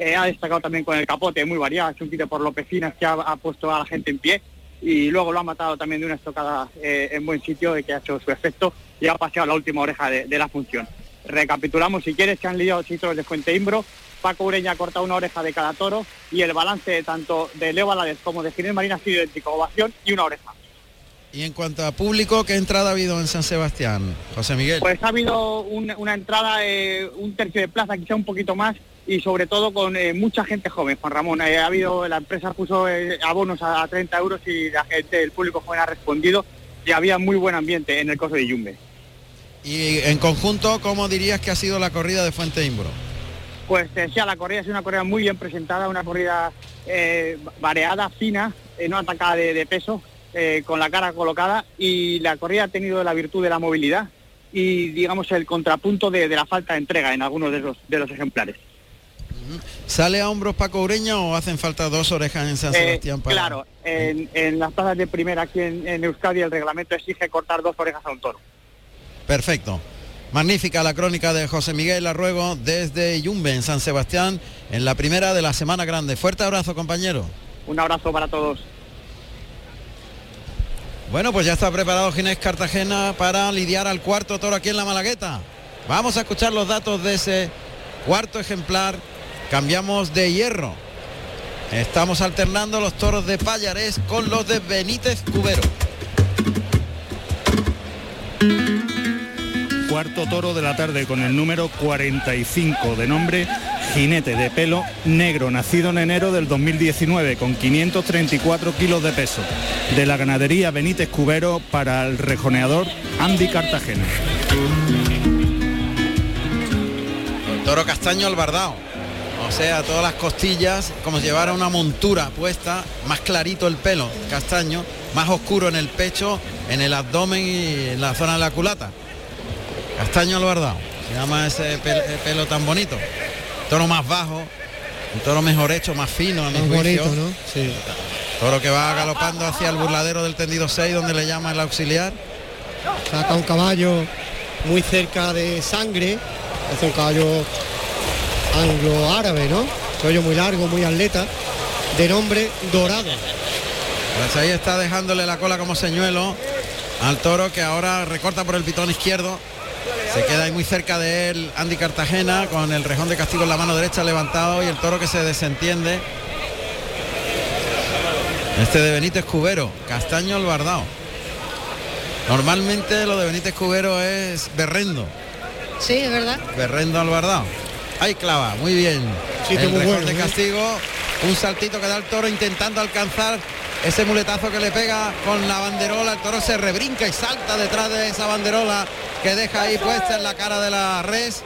[SPEAKER 9] Eh, ha destacado también con el capote, muy variado, ha hecho un quite por Lopecinas que ha, ha puesto a la gente en pie, y luego lo ha matado también de una estocada eh, en buen sitio eh, que ha hecho su efecto y ha paseado la última oreja de, de la función. Recapitulamos si quieres que han lidiado títulos de Fuente Imbro, Paco Ureña ha cortado una oreja de cada toro y el balance de tanto de Leo Valadez como de Ginés Marín ha sido idéntico, ovación y una oreja.
[SPEAKER 1] Y en cuanto a público, ¿qué entrada ha habido en San Sebastián? José Miguel.
[SPEAKER 9] Pues ha habido un- una entrada, eh, un tercio de plaza, quizá un poquito más, y sobre todo con eh, mucha gente joven, Juan Ramón. Eh, ha habido, la empresa puso eh, abonos a, a 30 euros y la gente, el público joven ha respondido y había muy buen ambiente en el coso de Yumbe.
[SPEAKER 1] Y en conjunto, ¿cómo dirías que ha sido la corrida de Fuente Imbro?
[SPEAKER 9] Pues te decía, la corrida es una corrida muy bien presentada, una corrida eh, variada, fina, eh, no atacada de, de peso, eh, con la cara colocada y la corrida ha tenido la virtud de la movilidad, y digamos el contrapunto de, de la falta de entrega en algunos de los, de los ejemplares.
[SPEAKER 1] ¿Sale a hombros Paco Ureña o hacen falta dos orejas en San
[SPEAKER 9] Eh,
[SPEAKER 1] Sebastián para-
[SPEAKER 9] Claro, en, en las plazas de primera aquí en, en Euskadi el reglamento exige cortar dos orejas a un toro.
[SPEAKER 1] Perfecto. Magnífica la crónica de José Miguel Arruego desde Yumbe, en San Sebastián, en la primera de la Semana Grande. Fuerte abrazo, compañero.
[SPEAKER 9] Un abrazo para todos.
[SPEAKER 1] Bueno, pues ya está preparado Ginés Cartagena para lidiar al cuarto toro aquí en la Malagueta. Vamos a escuchar los datos de ese cuarto ejemplar. Cambiamos de hierro. Estamos alternando los toros de Pallarés con los de Benítez Cubero.
[SPEAKER 4] Cuarto toro de la tarde con el número 45 de nombre Jinete de pelo negro, nacido en enero del 2019 con 534 kilos de peso, de la ganadería Benítez Cubero para el rejoneador Andy Cartagena.
[SPEAKER 1] Toro castaño al bardao. O sea, todas las costillas, como si llevara una montura puesta, más clarito el pelo, castaño, más oscuro en el pecho, en el abdomen y en la zona de la culata. Castaño al bardao. Se llama ese pel- eh, pelo tan bonito. Toro más bajo, un toro mejor hecho, más fino, a mi
[SPEAKER 3] Más
[SPEAKER 1] juicio.
[SPEAKER 3] bonito, ¿no? Sí.
[SPEAKER 1] Toro que va galopando hacia el burladero del tendido 6, donde le llama el auxiliar.
[SPEAKER 3] Saca un caballo muy cerca de sangre. Es un caballo anglo-árabe, ¿no? Caballo muy largo, muy atleta. De nombre Dorado.
[SPEAKER 1] Pues ahí está dejándole la cola como señuelo al toro que ahora recorta por el pitón izquierdo. Se queda ahí muy cerca de él Andy Cartagena con el rejón de castigo en la mano derecha levantado y el toro que se desentiende. Este de Benítez Cubero, Castaño Albardao. Normalmente lo de Benítez Cubero es berrendo,
[SPEAKER 2] Sí, es verdad.
[SPEAKER 1] berrendo Albardao. Ahí clava, muy bien.
[SPEAKER 2] Sitio
[SPEAKER 1] el
[SPEAKER 2] muy
[SPEAKER 1] rejón
[SPEAKER 2] bueno,
[SPEAKER 1] de
[SPEAKER 2] ¿eh?
[SPEAKER 1] castigo, un saltito que da el toro intentando alcanzar ese muletazo que le pega con la banderola. El toro se rebrinca y salta detrás de esa banderola que deja ahí puesta en la cara de la res,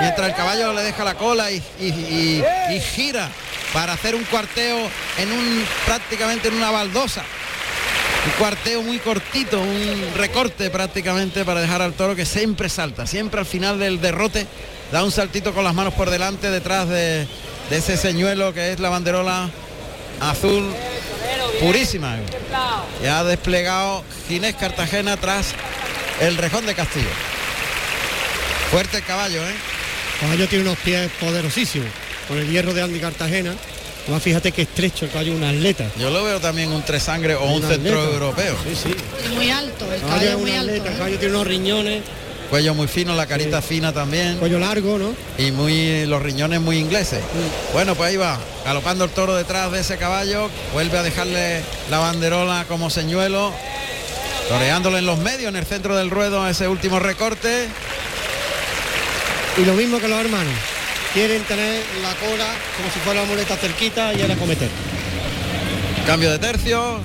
[SPEAKER 1] mientras el caballo le deja la cola y, y- y- y gira para hacer un cuarteo en un prácticamente en una baldosa. Un cuarteo muy cortito, un recorte prácticamente para dejar al toro que siempre salta, siempre al final del derrote da un saltito con las manos por delante detrás de, de ese señuelo que es la banderola azul purísima. Y ha desplegado Ginés Cartagena tras el rejón de Castillo. Fuerte el caballo, ¿eh?
[SPEAKER 3] caballo tiene unos pies poderosísimos. Con el hierro de Andy Cartagena. Además, fíjate que estrecho el caballo, es un atleta.
[SPEAKER 1] Yo lo veo también un tres sangre o un
[SPEAKER 3] Un
[SPEAKER 1] centro
[SPEAKER 3] atleta.
[SPEAKER 1] europeo.
[SPEAKER 2] Y muy alto, el
[SPEAKER 3] Caballo
[SPEAKER 2] caballo
[SPEAKER 3] es
[SPEAKER 2] es
[SPEAKER 3] un
[SPEAKER 2] muy alto.
[SPEAKER 3] atleta, el
[SPEAKER 2] ¿eh?
[SPEAKER 3] caballo tiene unos riñones,
[SPEAKER 1] Cuello muy fino, la carita fina también.
[SPEAKER 3] cuello largo, ¿no?
[SPEAKER 1] y muy los riñones muy ingleses. Bueno, pues ahí va, galopando el toro detrás de ese caballo, vuelve a dejarle la banderola como señuelo, toreándole en los medios, en el centro del ruedo, ese último recorte.
[SPEAKER 3] Y lo mismo que los hermanos. Quieren tener la cola como si fuera la muleta cerquita y ahora cometer.
[SPEAKER 1] Cambio de tercio.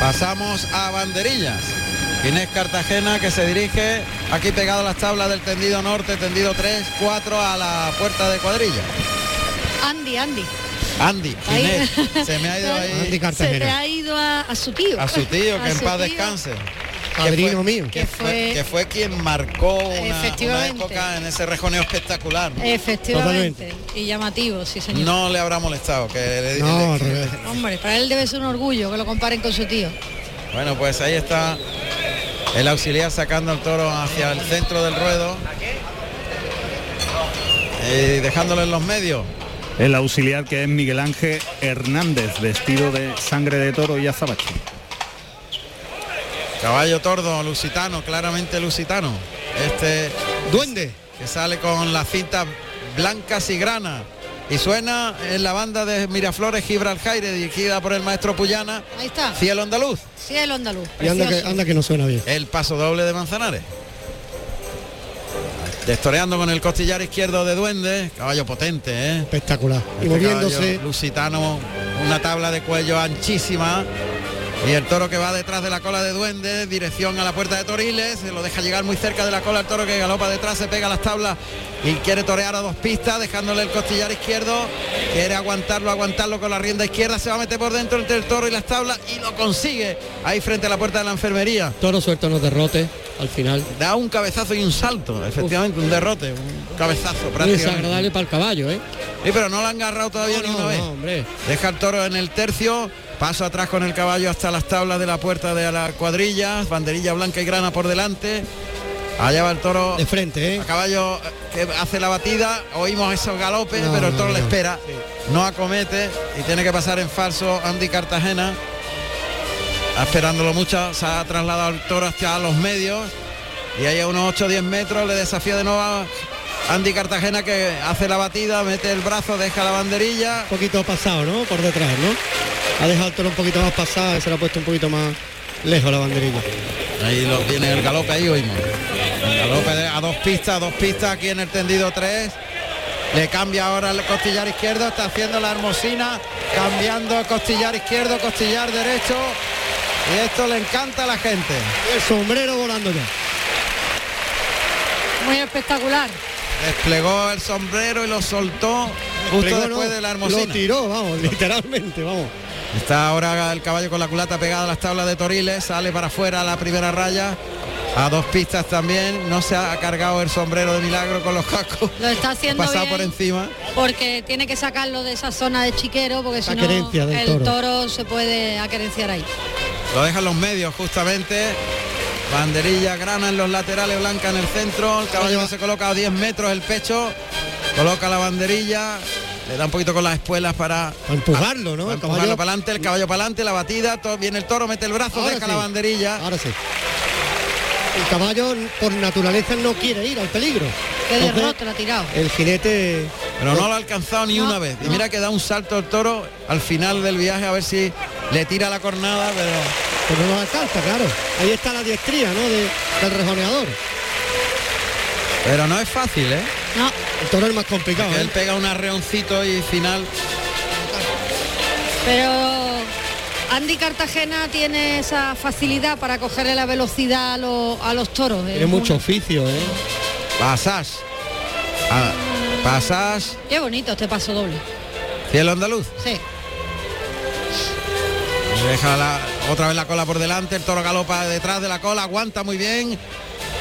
[SPEAKER 1] Pasamos a banderillas. Inés Cartagena que se dirige aquí pegado a las tablas del tendido norte, tendido 3, 4 a la puerta de cuadrilla.
[SPEAKER 2] Andy, Andy.
[SPEAKER 1] Andy,
[SPEAKER 2] Ahí.
[SPEAKER 1] Inés, se me ha
[SPEAKER 2] [laughs]
[SPEAKER 1] ido ahí.
[SPEAKER 2] Se te ha ido a, a su tío.
[SPEAKER 1] a su tío, que
[SPEAKER 2] [laughs] A
[SPEAKER 1] en
[SPEAKER 2] su
[SPEAKER 1] paz
[SPEAKER 2] tío.
[SPEAKER 1] descanse.
[SPEAKER 3] Padrino mío.
[SPEAKER 1] Que fue,
[SPEAKER 2] fue-
[SPEAKER 1] que fue quien marcó una- una,
[SPEAKER 2] Efectivamente. Eh.
[SPEAKER 1] época en ese rejoneo espectacular.
[SPEAKER 2] Efectivamente. Y llamativo, sí señor.
[SPEAKER 1] No le habrá molestado. Que le- le-
[SPEAKER 3] No, al revés.
[SPEAKER 2] Hombre, para él debe ser un orgullo que lo comparen con su tío.
[SPEAKER 1] Bueno, pues ahí está el auxiliar sacando al toro hacia el centro del ruedo. Y dejándolo en los medios.
[SPEAKER 4] El auxiliar que es Miguel Ángel Hernández, vestido de sangre de toro y azabache.
[SPEAKER 1] Caballo tordo, lusitano, claramente lusitano. Este duende que sale con las cintas blancas y grana. Y suena en la banda de Miraflores Gibraltar, dirigida por el maestro Puyana,
[SPEAKER 2] Ahí está.
[SPEAKER 1] Cielo Andaluz.
[SPEAKER 2] Cielo andaluz.
[SPEAKER 3] Y anda que,
[SPEAKER 2] precioso.
[SPEAKER 3] anda que no suena bien.
[SPEAKER 1] El paso doble de Manzanares. Destoreando con el costillar izquierdo de Duende, caballo potente, ¿eh?
[SPEAKER 3] Espectacular.
[SPEAKER 1] Este
[SPEAKER 3] y moviéndose
[SPEAKER 1] caballo Lusitano, una tabla de cuello anchísima, Y el toro que va detrás de la cola de Duende, dirección a la puerta de Toriles, se lo deja llegar muy cerca de la cola el toro que galopa detrás, se pega a las tablas y quiere torear a dos pistas, dejándole el costillar izquierdo, quiere aguantarlo, aguantarlo con la rienda izquierda, se va a meter por dentro entre el toro y las tablas y lo consigue ahí frente a la puerta de la enfermería.
[SPEAKER 3] Toro suelto nos derrote al final.
[SPEAKER 1] Da un cabezazo y un salto, efectivamente, un derrote, un cabezazo
[SPEAKER 3] Muy
[SPEAKER 1] prácticamente.
[SPEAKER 3] desagradable para el caballo, ¿eh?
[SPEAKER 1] Sí, pero no lo han agarrado todavía ni una vez. Deja el toro en el tercio, paso atrás con el caballo hasta las tablas de la puerta de la cuadrilla, banderilla blanca y grana por delante. Allá va el toro. De
[SPEAKER 3] frente,
[SPEAKER 1] El caballo eh, que hace la batida, oímos esos galopes, pero el toro le espera, no acomete y tiene que pasar en falso Andy Cartagena. Está Esperándolo mucho, se ha trasladado el toro hacia los medios y ahí a unos 8 o 10 metros le desafía de nuevo a Andy Cartagena que hace la batida, mete el brazo, deja la banderilla.
[SPEAKER 3] Un poquito pasado, ¿no? Por detrás, ¿no? Ha dejado el toro un poquito más pasado, se lo ha puesto un poquito más lejos la banderilla.
[SPEAKER 1] Ahí lo tiene el galope, ahí oímos. El galope de- a dos pistas, a dos pistas aquí en el tendido 3. Le cambia ahora el costillar izquierdo, está haciendo la hermosina, cambiando el costillar izquierdo, costillar derecho. Y esto le encanta a la gente.
[SPEAKER 3] El sombrero volando ya.
[SPEAKER 2] Muy espectacular.
[SPEAKER 1] Desplegó el sombrero y lo soltó justo
[SPEAKER 3] Desplegó,
[SPEAKER 1] después
[SPEAKER 3] ¿no?
[SPEAKER 1] de la
[SPEAKER 3] Lo
[SPEAKER 1] hermosina.
[SPEAKER 3] tiró, vamos, literalmente, vamos.
[SPEAKER 1] Está ahora el caballo con la culata pegada a las tablas de Toriles, sale para afuera a la primera raya, a dos pistas también, no se ha cargado el sombrero de milagro con los cascos,
[SPEAKER 2] Lo está
[SPEAKER 1] ha
[SPEAKER 2] haciendo
[SPEAKER 1] pasado
[SPEAKER 2] bien
[SPEAKER 1] por encima.
[SPEAKER 2] porque tiene que sacarlo de esa zona de chiquero porque si no
[SPEAKER 1] querencia del
[SPEAKER 2] el
[SPEAKER 1] toro.
[SPEAKER 2] se puede aquerenciar ahí.
[SPEAKER 1] Lo dejan los medios justamente. Banderilla grana en los laterales, blanca en el centro. El caballo que se coloca a 10 metros el pecho. Coloca la banderilla. Le da un poquito con las espuelas para,
[SPEAKER 3] empujarlo, ¿no?
[SPEAKER 1] Para
[SPEAKER 3] El
[SPEAKER 1] empujarlo
[SPEAKER 3] caballo-
[SPEAKER 1] para adelante, el caballo para adelante, la batida, todo, viene el toro, mete el brazo,
[SPEAKER 3] Ahora
[SPEAKER 1] deja
[SPEAKER 3] sí.
[SPEAKER 1] la banderilla.
[SPEAKER 3] Ahora sí. El caballo por naturaleza no quiere ir al peligro.
[SPEAKER 2] Qué
[SPEAKER 3] Entonces,
[SPEAKER 2] derrota lo ha tirado.
[SPEAKER 3] el jinete.
[SPEAKER 1] Pero no lo ha alcanzado ni una vez. Y mira que da un salto el toro al final del viaje a ver si le tira la cornada, pero.
[SPEAKER 3] Pues no lo alcanza, claro. Ahí está la diestría, ¿no? De- del rejoneador.
[SPEAKER 1] Pero no es fácil, ¿eh?
[SPEAKER 2] No.
[SPEAKER 3] El toro es más complicado. ¿eh?
[SPEAKER 1] Él pega un arreoncito y final.
[SPEAKER 2] Pero Andy Cartagena tiene esa facilidad para cogerle la velocidad a, los- a los toros. Es
[SPEAKER 3] Tiene
[SPEAKER 2] muy-
[SPEAKER 3] mucho oficio, ¿eh?
[SPEAKER 1] Pasas. Ah, pasas.
[SPEAKER 2] Qué bonito este paso doble.
[SPEAKER 1] Cielo andaluz.
[SPEAKER 2] Sí.
[SPEAKER 1] Deja la- otra vez la cola por delante, el toro galopa detrás de la cola, aguanta muy bien.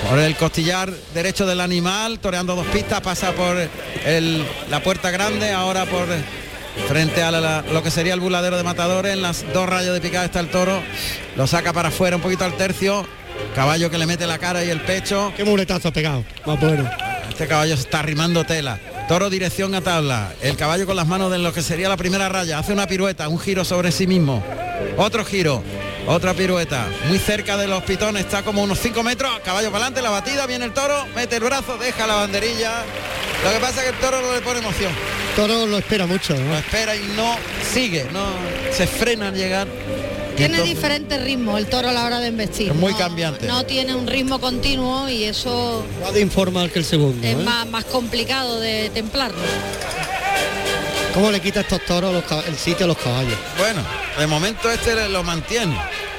[SPEAKER 1] Por el costillar derecho del animal, toreando dos pistas, pasa por el- la puerta grande, ahora por frente a la- la- lo que sería el buladero de matadores, en las dos rayas de picada está el toro, lo saca para afuera un poquito al tercio, caballo que le mete la cara y el pecho.
[SPEAKER 3] Qué muletazo ha pegado. Más bueno.
[SPEAKER 1] Este caballo se está arrimando tela. Toro dirección a tabla. El caballo con las manos de lo que sería la primera raya. Hace una pirueta, un giro sobre sí mismo. Otro giro, otra pirueta. Muy cerca de los pitones, está como unos 5 metros. Caballo para adelante, la batida, viene el toro, mete el brazo, deja la banderilla. Lo que pasa es que el toro no le pone emoción.
[SPEAKER 3] El toro lo espera mucho, ¿no?
[SPEAKER 1] Espera y no sigue, no se frena al llegar. Y
[SPEAKER 2] Tiene
[SPEAKER 1] entonces
[SPEAKER 2] diferentes ritmos el toro a la hora de investir.
[SPEAKER 1] Es muy
[SPEAKER 2] No-
[SPEAKER 1] cambiante.
[SPEAKER 2] No tiene un ritmo continuo y eso
[SPEAKER 3] Más de informar que el segundo.
[SPEAKER 2] es
[SPEAKER 3] ¿eh?
[SPEAKER 2] más, más complicado de templarlo.
[SPEAKER 3] ¿Cómo le quita estos toros los cab- el sitio a los caballos?
[SPEAKER 1] Bueno, de momento este lo mantiene.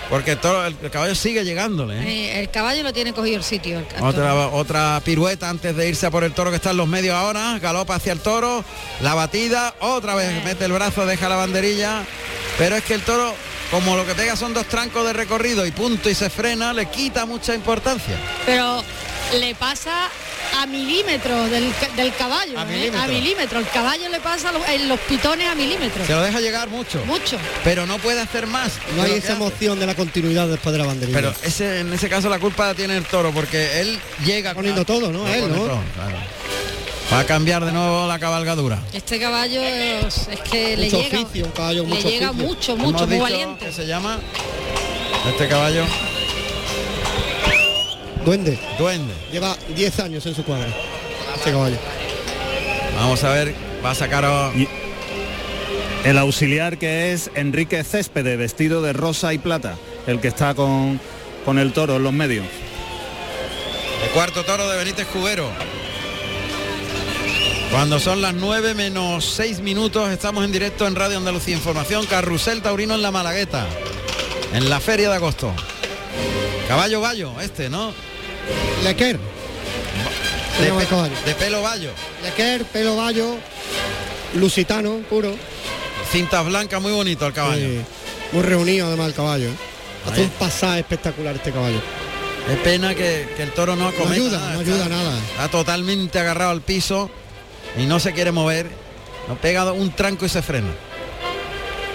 [SPEAKER 1] Porque el toro- el, el caballo sigue llegándole. ¿eh?
[SPEAKER 2] Eh, el caballo lo tiene cogido el sitio. el-
[SPEAKER 1] Otra, otra pirueta antes de irse a por el toro que está en los medios ahora. Galopa hacia el toro. La batida. Otra vez mete el brazo, deja la banderilla. Pero es que el toro, como lo que pega son dos trancos de recorrido y punto y se frena, le quita mucha importancia.
[SPEAKER 2] pero le pasa a milímetros del, ca- del caballo, ¿eh? a, milímetros.
[SPEAKER 1] milímetros.
[SPEAKER 2] El caballo le pasa lo- en los pitones a milímetros.
[SPEAKER 1] Se lo deja llegar mucho.
[SPEAKER 2] Mucho.
[SPEAKER 1] Pero no puede hacer más. de
[SPEAKER 3] No hay
[SPEAKER 1] lo que
[SPEAKER 3] esa emoción de la continuidad después de la banderilla.
[SPEAKER 1] Pero ese, en ese caso la culpa la tiene el toro porque él llega
[SPEAKER 3] Poniendo todo, ¿no?
[SPEAKER 1] Lo
[SPEAKER 3] Él,
[SPEAKER 1] pone
[SPEAKER 3] ¿no?
[SPEAKER 1] todo, claro. Va a cambiar de nuevo la cabalgadura.
[SPEAKER 2] Este caballo es, es que le
[SPEAKER 3] Mucho
[SPEAKER 2] llega,
[SPEAKER 3] oficio, un caballo
[SPEAKER 2] le
[SPEAKER 3] mucho
[SPEAKER 2] llega
[SPEAKER 3] oficio.
[SPEAKER 2] mucho,
[SPEAKER 1] Hemos
[SPEAKER 2] mucho, muy
[SPEAKER 1] dicho
[SPEAKER 2] valiente.
[SPEAKER 1] que se llama este caballo
[SPEAKER 3] Duende.
[SPEAKER 1] duende.
[SPEAKER 3] Lleva 10 años en su cuadra. Este caballo.
[SPEAKER 1] Vamos a ver, va a sacar a-
[SPEAKER 4] El auxiliar que es Enrique Céspedes, vestido de rosa y plata, el que está con, con el toro en los medios.
[SPEAKER 1] el cuarto toro de Benítez Cubero. Cuando son las 9 menos 6 minutos, estamos en directo en Radio Andalucía Información, Carrusel Taurino en la Malagueta. en la feria de agosto. Caballo Bayo, este, ¿no?
[SPEAKER 3] Lequer. Se
[SPEAKER 1] De,
[SPEAKER 3] llama
[SPEAKER 1] pe-
[SPEAKER 3] el caballo.
[SPEAKER 1] de pelo Bayo.
[SPEAKER 3] Lequer, pelo gallo, lusitano, puro.
[SPEAKER 1] Cintas blancas, muy bonito el caballo.
[SPEAKER 3] Eh, muy reunido además el caballo. ¿eh? Hace un pasaje espectacular este caballo.
[SPEAKER 1] Es pena que, que el toro no
[SPEAKER 3] No
[SPEAKER 1] acometa
[SPEAKER 3] ayuda,
[SPEAKER 1] nada,
[SPEAKER 3] no
[SPEAKER 1] está-
[SPEAKER 3] ayuda nada.
[SPEAKER 1] Está totalmente agarrado al piso y no se quiere mover. No pega un tranco y se frena.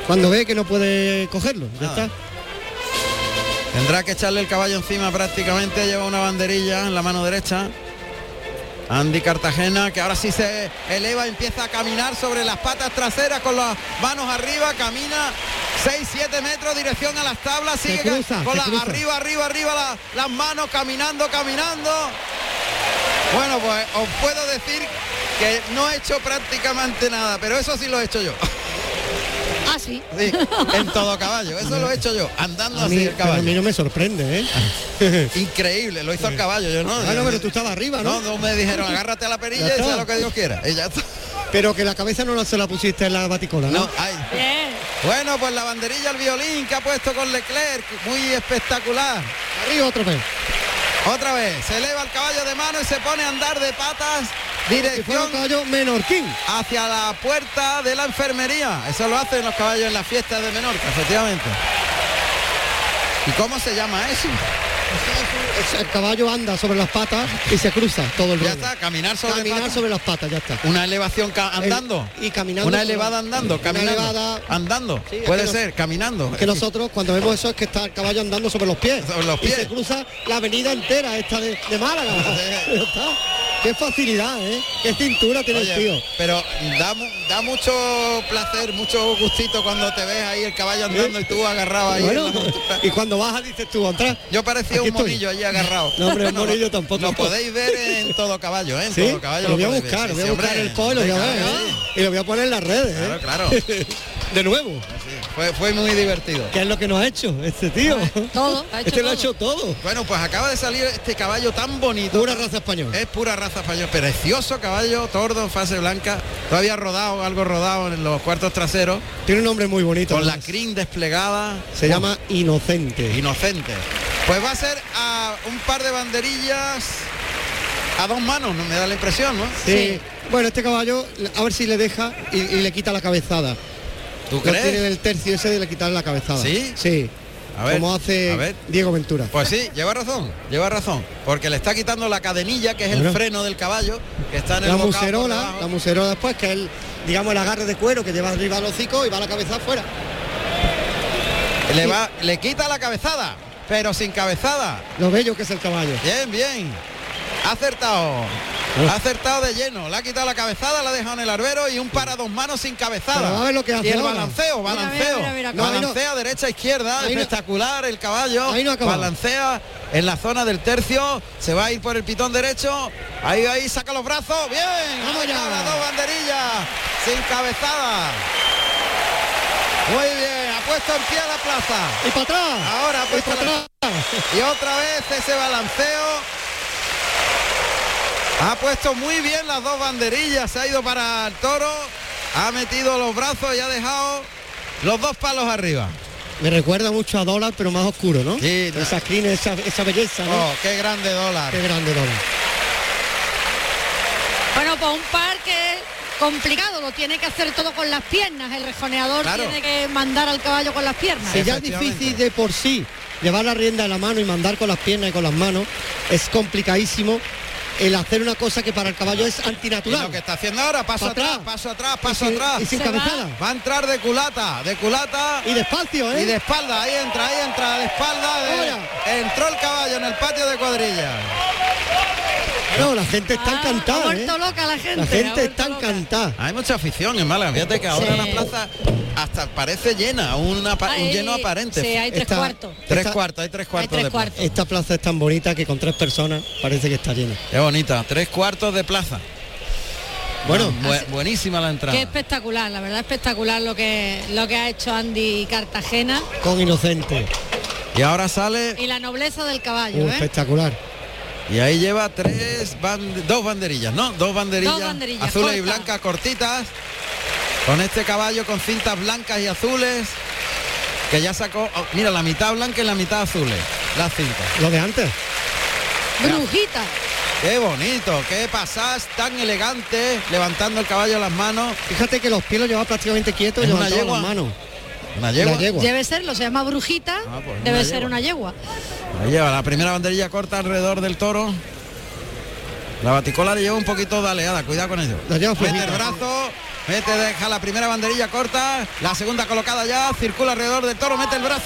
[SPEAKER 3] Cuando ve que no puede cogerlo, ya
[SPEAKER 1] Nada.
[SPEAKER 3] está.
[SPEAKER 1] Tendrá que echarle el caballo encima prácticamente. Lleva una banderilla en la mano derecha. Andy Cartagena, que ahora sí se eleva, empieza a caminar sobre las patas traseras con las manos arriba, camina 6-7 metros, dirección a las tablas,
[SPEAKER 3] Se
[SPEAKER 1] sigue ca-
[SPEAKER 3] cruza,
[SPEAKER 1] con
[SPEAKER 3] se
[SPEAKER 1] las
[SPEAKER 3] cruza.
[SPEAKER 1] arriba, arriba, arriba, la- las manos caminando, caminando. Bueno, pues os puedo decir que no he hecho prácticamente nada, pero eso sí lo he hecho yo. [laughs]
[SPEAKER 2] Ah,
[SPEAKER 3] [laughs]
[SPEAKER 2] sí.
[SPEAKER 1] Sí, en todo caballo, eso lo he hecho yo, andando
[SPEAKER 3] A
[SPEAKER 1] así
[SPEAKER 3] mí,
[SPEAKER 1] Ah, el
[SPEAKER 3] pero a mí
[SPEAKER 1] caballo.
[SPEAKER 3] no me sorprende, ¿eh?
[SPEAKER 1] [laughs] Increíble, lo hizo el caballo, yo no.
[SPEAKER 3] Ah, no, pero tú estabas arriba,
[SPEAKER 1] No,
[SPEAKER 3] ¿no?
[SPEAKER 1] no me dijeron, agárrate a la perilla
[SPEAKER 3] [laughs] Ya
[SPEAKER 1] y sea
[SPEAKER 3] está.
[SPEAKER 1] lo que Dios quiera. Y ya está.
[SPEAKER 3] Pero que la cabeza no la- se la pusiste en la baticola, ¿no?
[SPEAKER 1] No, ay.
[SPEAKER 2] Bien.
[SPEAKER 1] Bueno, pues la banderilla al violín que ha puesto con Leclerc, muy espectacular.
[SPEAKER 3] Arriba otra vez.
[SPEAKER 1] Otra vez, se eleva el caballo de mano y se pone a andar de patas,
[SPEAKER 3] Si fuera un
[SPEAKER 1] dirección
[SPEAKER 3] caballo menorquín.
[SPEAKER 1] hacia la puerta de la enfermería. Eso lo hacen los caballos en las fiestas de Menorca, efectivamente. ¿Y cómo se llama eso?
[SPEAKER 3] O sea, El caballo anda sobre las patas y se cruza todo el
[SPEAKER 1] Ya
[SPEAKER 3] rato.
[SPEAKER 1] está, caminar sobre
[SPEAKER 3] Caminar
[SPEAKER 1] patas.
[SPEAKER 3] sobre las patas, ya está.
[SPEAKER 1] Una elevación ca- andando.
[SPEAKER 3] El- Eh, y caminando
[SPEAKER 1] Una
[SPEAKER 3] sobre-
[SPEAKER 1] elevada andando,
[SPEAKER 3] Una
[SPEAKER 1] caminando.
[SPEAKER 3] elevada-
[SPEAKER 1] Andando.
[SPEAKER 3] Sí, es
[SPEAKER 1] Puede
[SPEAKER 3] que no-
[SPEAKER 1] ser, caminando.
[SPEAKER 3] Que nosotros cuando vemos eso es que está el caballo andando sobre los pies.
[SPEAKER 1] Sobre los
[SPEAKER 3] Y
[SPEAKER 1] pies.
[SPEAKER 3] se cruza la avenida entera esta de, de
[SPEAKER 1] [laughs]
[SPEAKER 3] Málaga.
[SPEAKER 1] Sí.
[SPEAKER 3] Ya está. Qué facilidad, ¿eh? Qué cintura tiene
[SPEAKER 1] Oye,
[SPEAKER 3] el tío.
[SPEAKER 1] Pero da, mu- da mucho placer, mucho gustito cuando te ves ahí el caballo andando y tú agarrado ahí. en la
[SPEAKER 3] Bueno,
[SPEAKER 1] montura.
[SPEAKER 3] y cuando baja dices tú atrás.
[SPEAKER 1] Yo parecía
[SPEAKER 3] aquí
[SPEAKER 1] un
[SPEAKER 3] estoy.
[SPEAKER 1] monillo allí agarrado.
[SPEAKER 3] No, hombre, un
[SPEAKER 1] Bueno,
[SPEAKER 3] monillo tampoco.
[SPEAKER 1] Lo podéis ver en todo caballo, ¿eh? En
[SPEAKER 3] Sí,
[SPEAKER 1] todo caballo.
[SPEAKER 3] lo voy a
[SPEAKER 1] podéis ver.
[SPEAKER 3] buscar,
[SPEAKER 1] Sí,
[SPEAKER 3] voy
[SPEAKER 1] sí,
[SPEAKER 3] a buscar
[SPEAKER 1] hombre.
[SPEAKER 3] el polo, ya
[SPEAKER 1] Venga,
[SPEAKER 3] ves,
[SPEAKER 1] sí.
[SPEAKER 3] ¿eh? Y lo voy a poner en las redes, ¿eh?
[SPEAKER 1] Claro, claro.
[SPEAKER 3] [laughs] De nuevo,
[SPEAKER 1] Fue, fue muy divertido.
[SPEAKER 3] ¿qué es lo que nos ha hecho este tío?
[SPEAKER 2] Todo, ha hecho
[SPEAKER 3] este lo ha
[SPEAKER 2] todo.
[SPEAKER 3] hecho todo.
[SPEAKER 1] Bueno, pues acaba de salir este caballo tan bonito.
[SPEAKER 3] Pura raza española.
[SPEAKER 1] Es pura raza española, precioso caballo, tordo, fase blanca, todavía rodado, algo rodado en los cuartos traseros,
[SPEAKER 3] Tiene un nombre muy bonito.
[SPEAKER 1] con la
[SPEAKER 3] además.
[SPEAKER 1] crin desplegada.
[SPEAKER 3] Se llama Inocente.
[SPEAKER 1] Inocente. Pues va a ser a un par de banderillas a dos manos, ¿no? me da la impresión, ¿no?
[SPEAKER 3] Sí. Bueno, este caballo, a ver si le deja y, y le quita la cabezada.
[SPEAKER 1] ¿Tú
[SPEAKER 3] Lo tiene en
[SPEAKER 1] crees?
[SPEAKER 3] el tercio ese de le quitar la cabezada.
[SPEAKER 1] ¿Sí?
[SPEAKER 3] Sí.
[SPEAKER 1] A ver,
[SPEAKER 3] Como
[SPEAKER 1] a
[SPEAKER 3] hace
[SPEAKER 1] ver.
[SPEAKER 3] Diego Ventura.
[SPEAKER 1] Pues sí, lleva razón, lleva razón, porque le está quitando la cadenilla, que es el
[SPEAKER 3] Bueno.
[SPEAKER 1] freno del caballo, que está en el
[SPEAKER 3] La
[SPEAKER 1] bocado por
[SPEAKER 3] muserola,
[SPEAKER 1] debajo.
[SPEAKER 3] la muserola después, que es el, digamos, el agarre de cuero que lleva arriba al hocico y va la cabeza afuera.
[SPEAKER 1] le va, le quita la cabezada, pero sin cabezada.
[SPEAKER 3] Lo bello que es el caballo.
[SPEAKER 1] Bien, bien. Ha acertado. Ha acertado de lleno. Le ha quitado la cabezada, la ha dejado en el arbero y un para dos manos sin cabezada.
[SPEAKER 3] Pero a ver lo que hace
[SPEAKER 1] y el
[SPEAKER 3] ahora.
[SPEAKER 1] balanceo,
[SPEAKER 2] Mira, mira,
[SPEAKER 1] balanceo.
[SPEAKER 2] mira, mira,
[SPEAKER 3] No, ahí no.
[SPEAKER 1] balancea derecha izquierda,
[SPEAKER 3] Ahí no.
[SPEAKER 1] espectacular el caballo.
[SPEAKER 3] Ahí no acaba.
[SPEAKER 1] balancea en la zona del tercio, se va a ir por el pitón derecho. Ahí ahí saca los brazos. Bien.
[SPEAKER 3] Vamos ya.
[SPEAKER 1] Acaba Las dos banderillas sin cabezada. Muy bien, ha puesto en pie a la plaza.
[SPEAKER 3] ¡Y para atrás!
[SPEAKER 1] Ahora ha
[SPEAKER 3] ¡Y
[SPEAKER 1] puesto
[SPEAKER 3] para
[SPEAKER 1] la-
[SPEAKER 3] atrás!
[SPEAKER 1] y otra vez ese balanceo. Ha puesto muy bien las dos banderillas. Se ha ido para el toro. Ha metido los brazos y ha dejado los dos palos arriba.
[SPEAKER 3] Me recuerda mucho a Dólar, pero más oscuro, ¿no?
[SPEAKER 1] Sí,
[SPEAKER 3] Con esa esquina, esa, esa belleza, ¿no?
[SPEAKER 1] Oh, qué grande dólar.
[SPEAKER 3] Qué grande Dólar.
[SPEAKER 2] Bueno, pues un par que es complicado, lo tiene que hacer todo con las piernas, el rejoneador
[SPEAKER 1] Claro.
[SPEAKER 2] tiene que mandar al caballo con las piernas.
[SPEAKER 3] Si ya es
[SPEAKER 1] Efectivamente.
[SPEAKER 3] difícil de por sí llevar la rienda de la mano y mandar con las piernas y con las manos, es complicadísimo el hacer una cosa que para el caballo es
[SPEAKER 1] Y
[SPEAKER 3] antinatural.
[SPEAKER 1] lo que está haciendo ahora, paso
[SPEAKER 3] Pa'
[SPEAKER 1] atrás,
[SPEAKER 3] atrás.
[SPEAKER 1] paso atrás, paso
[SPEAKER 3] Y sin-
[SPEAKER 1] atrás.
[SPEAKER 3] Y sin
[SPEAKER 2] Se va.
[SPEAKER 3] cabezada.
[SPEAKER 1] Va a entrar de culata, de culata.
[SPEAKER 3] Y despacio, ¿eh?
[SPEAKER 1] Y de espalda, ahí entra, ahí entra, de espalda. de-
[SPEAKER 3] Ahora.
[SPEAKER 1] entró el caballo en el patio de cuadrilla.
[SPEAKER 3] No, la gente está
[SPEAKER 2] Ah, Ha
[SPEAKER 3] encantada, ¿eh?
[SPEAKER 2] vuelto loca la gente.
[SPEAKER 3] La
[SPEAKER 2] ha
[SPEAKER 3] gente
[SPEAKER 2] vuelto
[SPEAKER 3] está
[SPEAKER 2] loca.
[SPEAKER 3] encantada.
[SPEAKER 1] Hay mucha afición en Málaga, fíjate que ahora
[SPEAKER 2] Sí.
[SPEAKER 1] la plaza hasta parece llena, una pa- un
[SPEAKER 2] Hay-
[SPEAKER 1] lleno aparente.
[SPEAKER 2] Sí, hay tres
[SPEAKER 3] Está-
[SPEAKER 2] cuartos.
[SPEAKER 1] Tres
[SPEAKER 3] Esta-
[SPEAKER 1] cuartos, hay tres
[SPEAKER 2] Hay
[SPEAKER 1] cuartos
[SPEAKER 2] tres
[SPEAKER 1] de plaza.
[SPEAKER 2] cuartos.
[SPEAKER 3] Esta plaza es tan bonita que con tres personas parece que está llena.
[SPEAKER 1] Qué bonita, tres cuartos de plaza.
[SPEAKER 3] Bueno,
[SPEAKER 1] Bu- buenísima la entrada.
[SPEAKER 2] Ah, Qué espectacular, la verdad espectacular lo que lo que ha hecho Andy Cartagena
[SPEAKER 3] con inocente.
[SPEAKER 1] Y ahora sale
[SPEAKER 2] y la nobleza del
[SPEAKER 3] Uh,
[SPEAKER 2] caballo, ¿eh?
[SPEAKER 3] espectacular.
[SPEAKER 1] y ahí lleva tres band- dos banderillas, ¿no? Dos banderillas,
[SPEAKER 2] Dos banderillas,
[SPEAKER 1] azules y
[SPEAKER 2] cortas.
[SPEAKER 1] blancas cortitas. Con este caballo con cintas blancas y azules. que ya sacó, oh, mira, la mitad blanca y la mitad azules, las cinco.
[SPEAKER 3] Lo de antes.
[SPEAKER 2] Brujita.
[SPEAKER 1] Qué bonito, qué pasás tan elegante, levantando el caballo a las manos.
[SPEAKER 3] Fíjate que los pies los llevaba prácticamente quietos y
[SPEAKER 1] Es una
[SPEAKER 3] levantaba
[SPEAKER 1] yegua.
[SPEAKER 3] las manos.
[SPEAKER 1] Una yegua.
[SPEAKER 3] La yegua.
[SPEAKER 2] Debe serlo, se llama brujita,
[SPEAKER 1] Ah, pues,
[SPEAKER 2] debe
[SPEAKER 1] una
[SPEAKER 2] ser
[SPEAKER 1] yegua.
[SPEAKER 2] una yegua.
[SPEAKER 1] Ahí lleva la primera banderilla corta alrededor del toro. La baticola le lleva un poquito de aleada, cuidado con ello.
[SPEAKER 3] La lleva
[SPEAKER 1] Mete
[SPEAKER 3] flojita.
[SPEAKER 1] el brazo, mete, deja la primera banderilla corta, la segunda colocada ya, circula alrededor del toro, mete el brazo.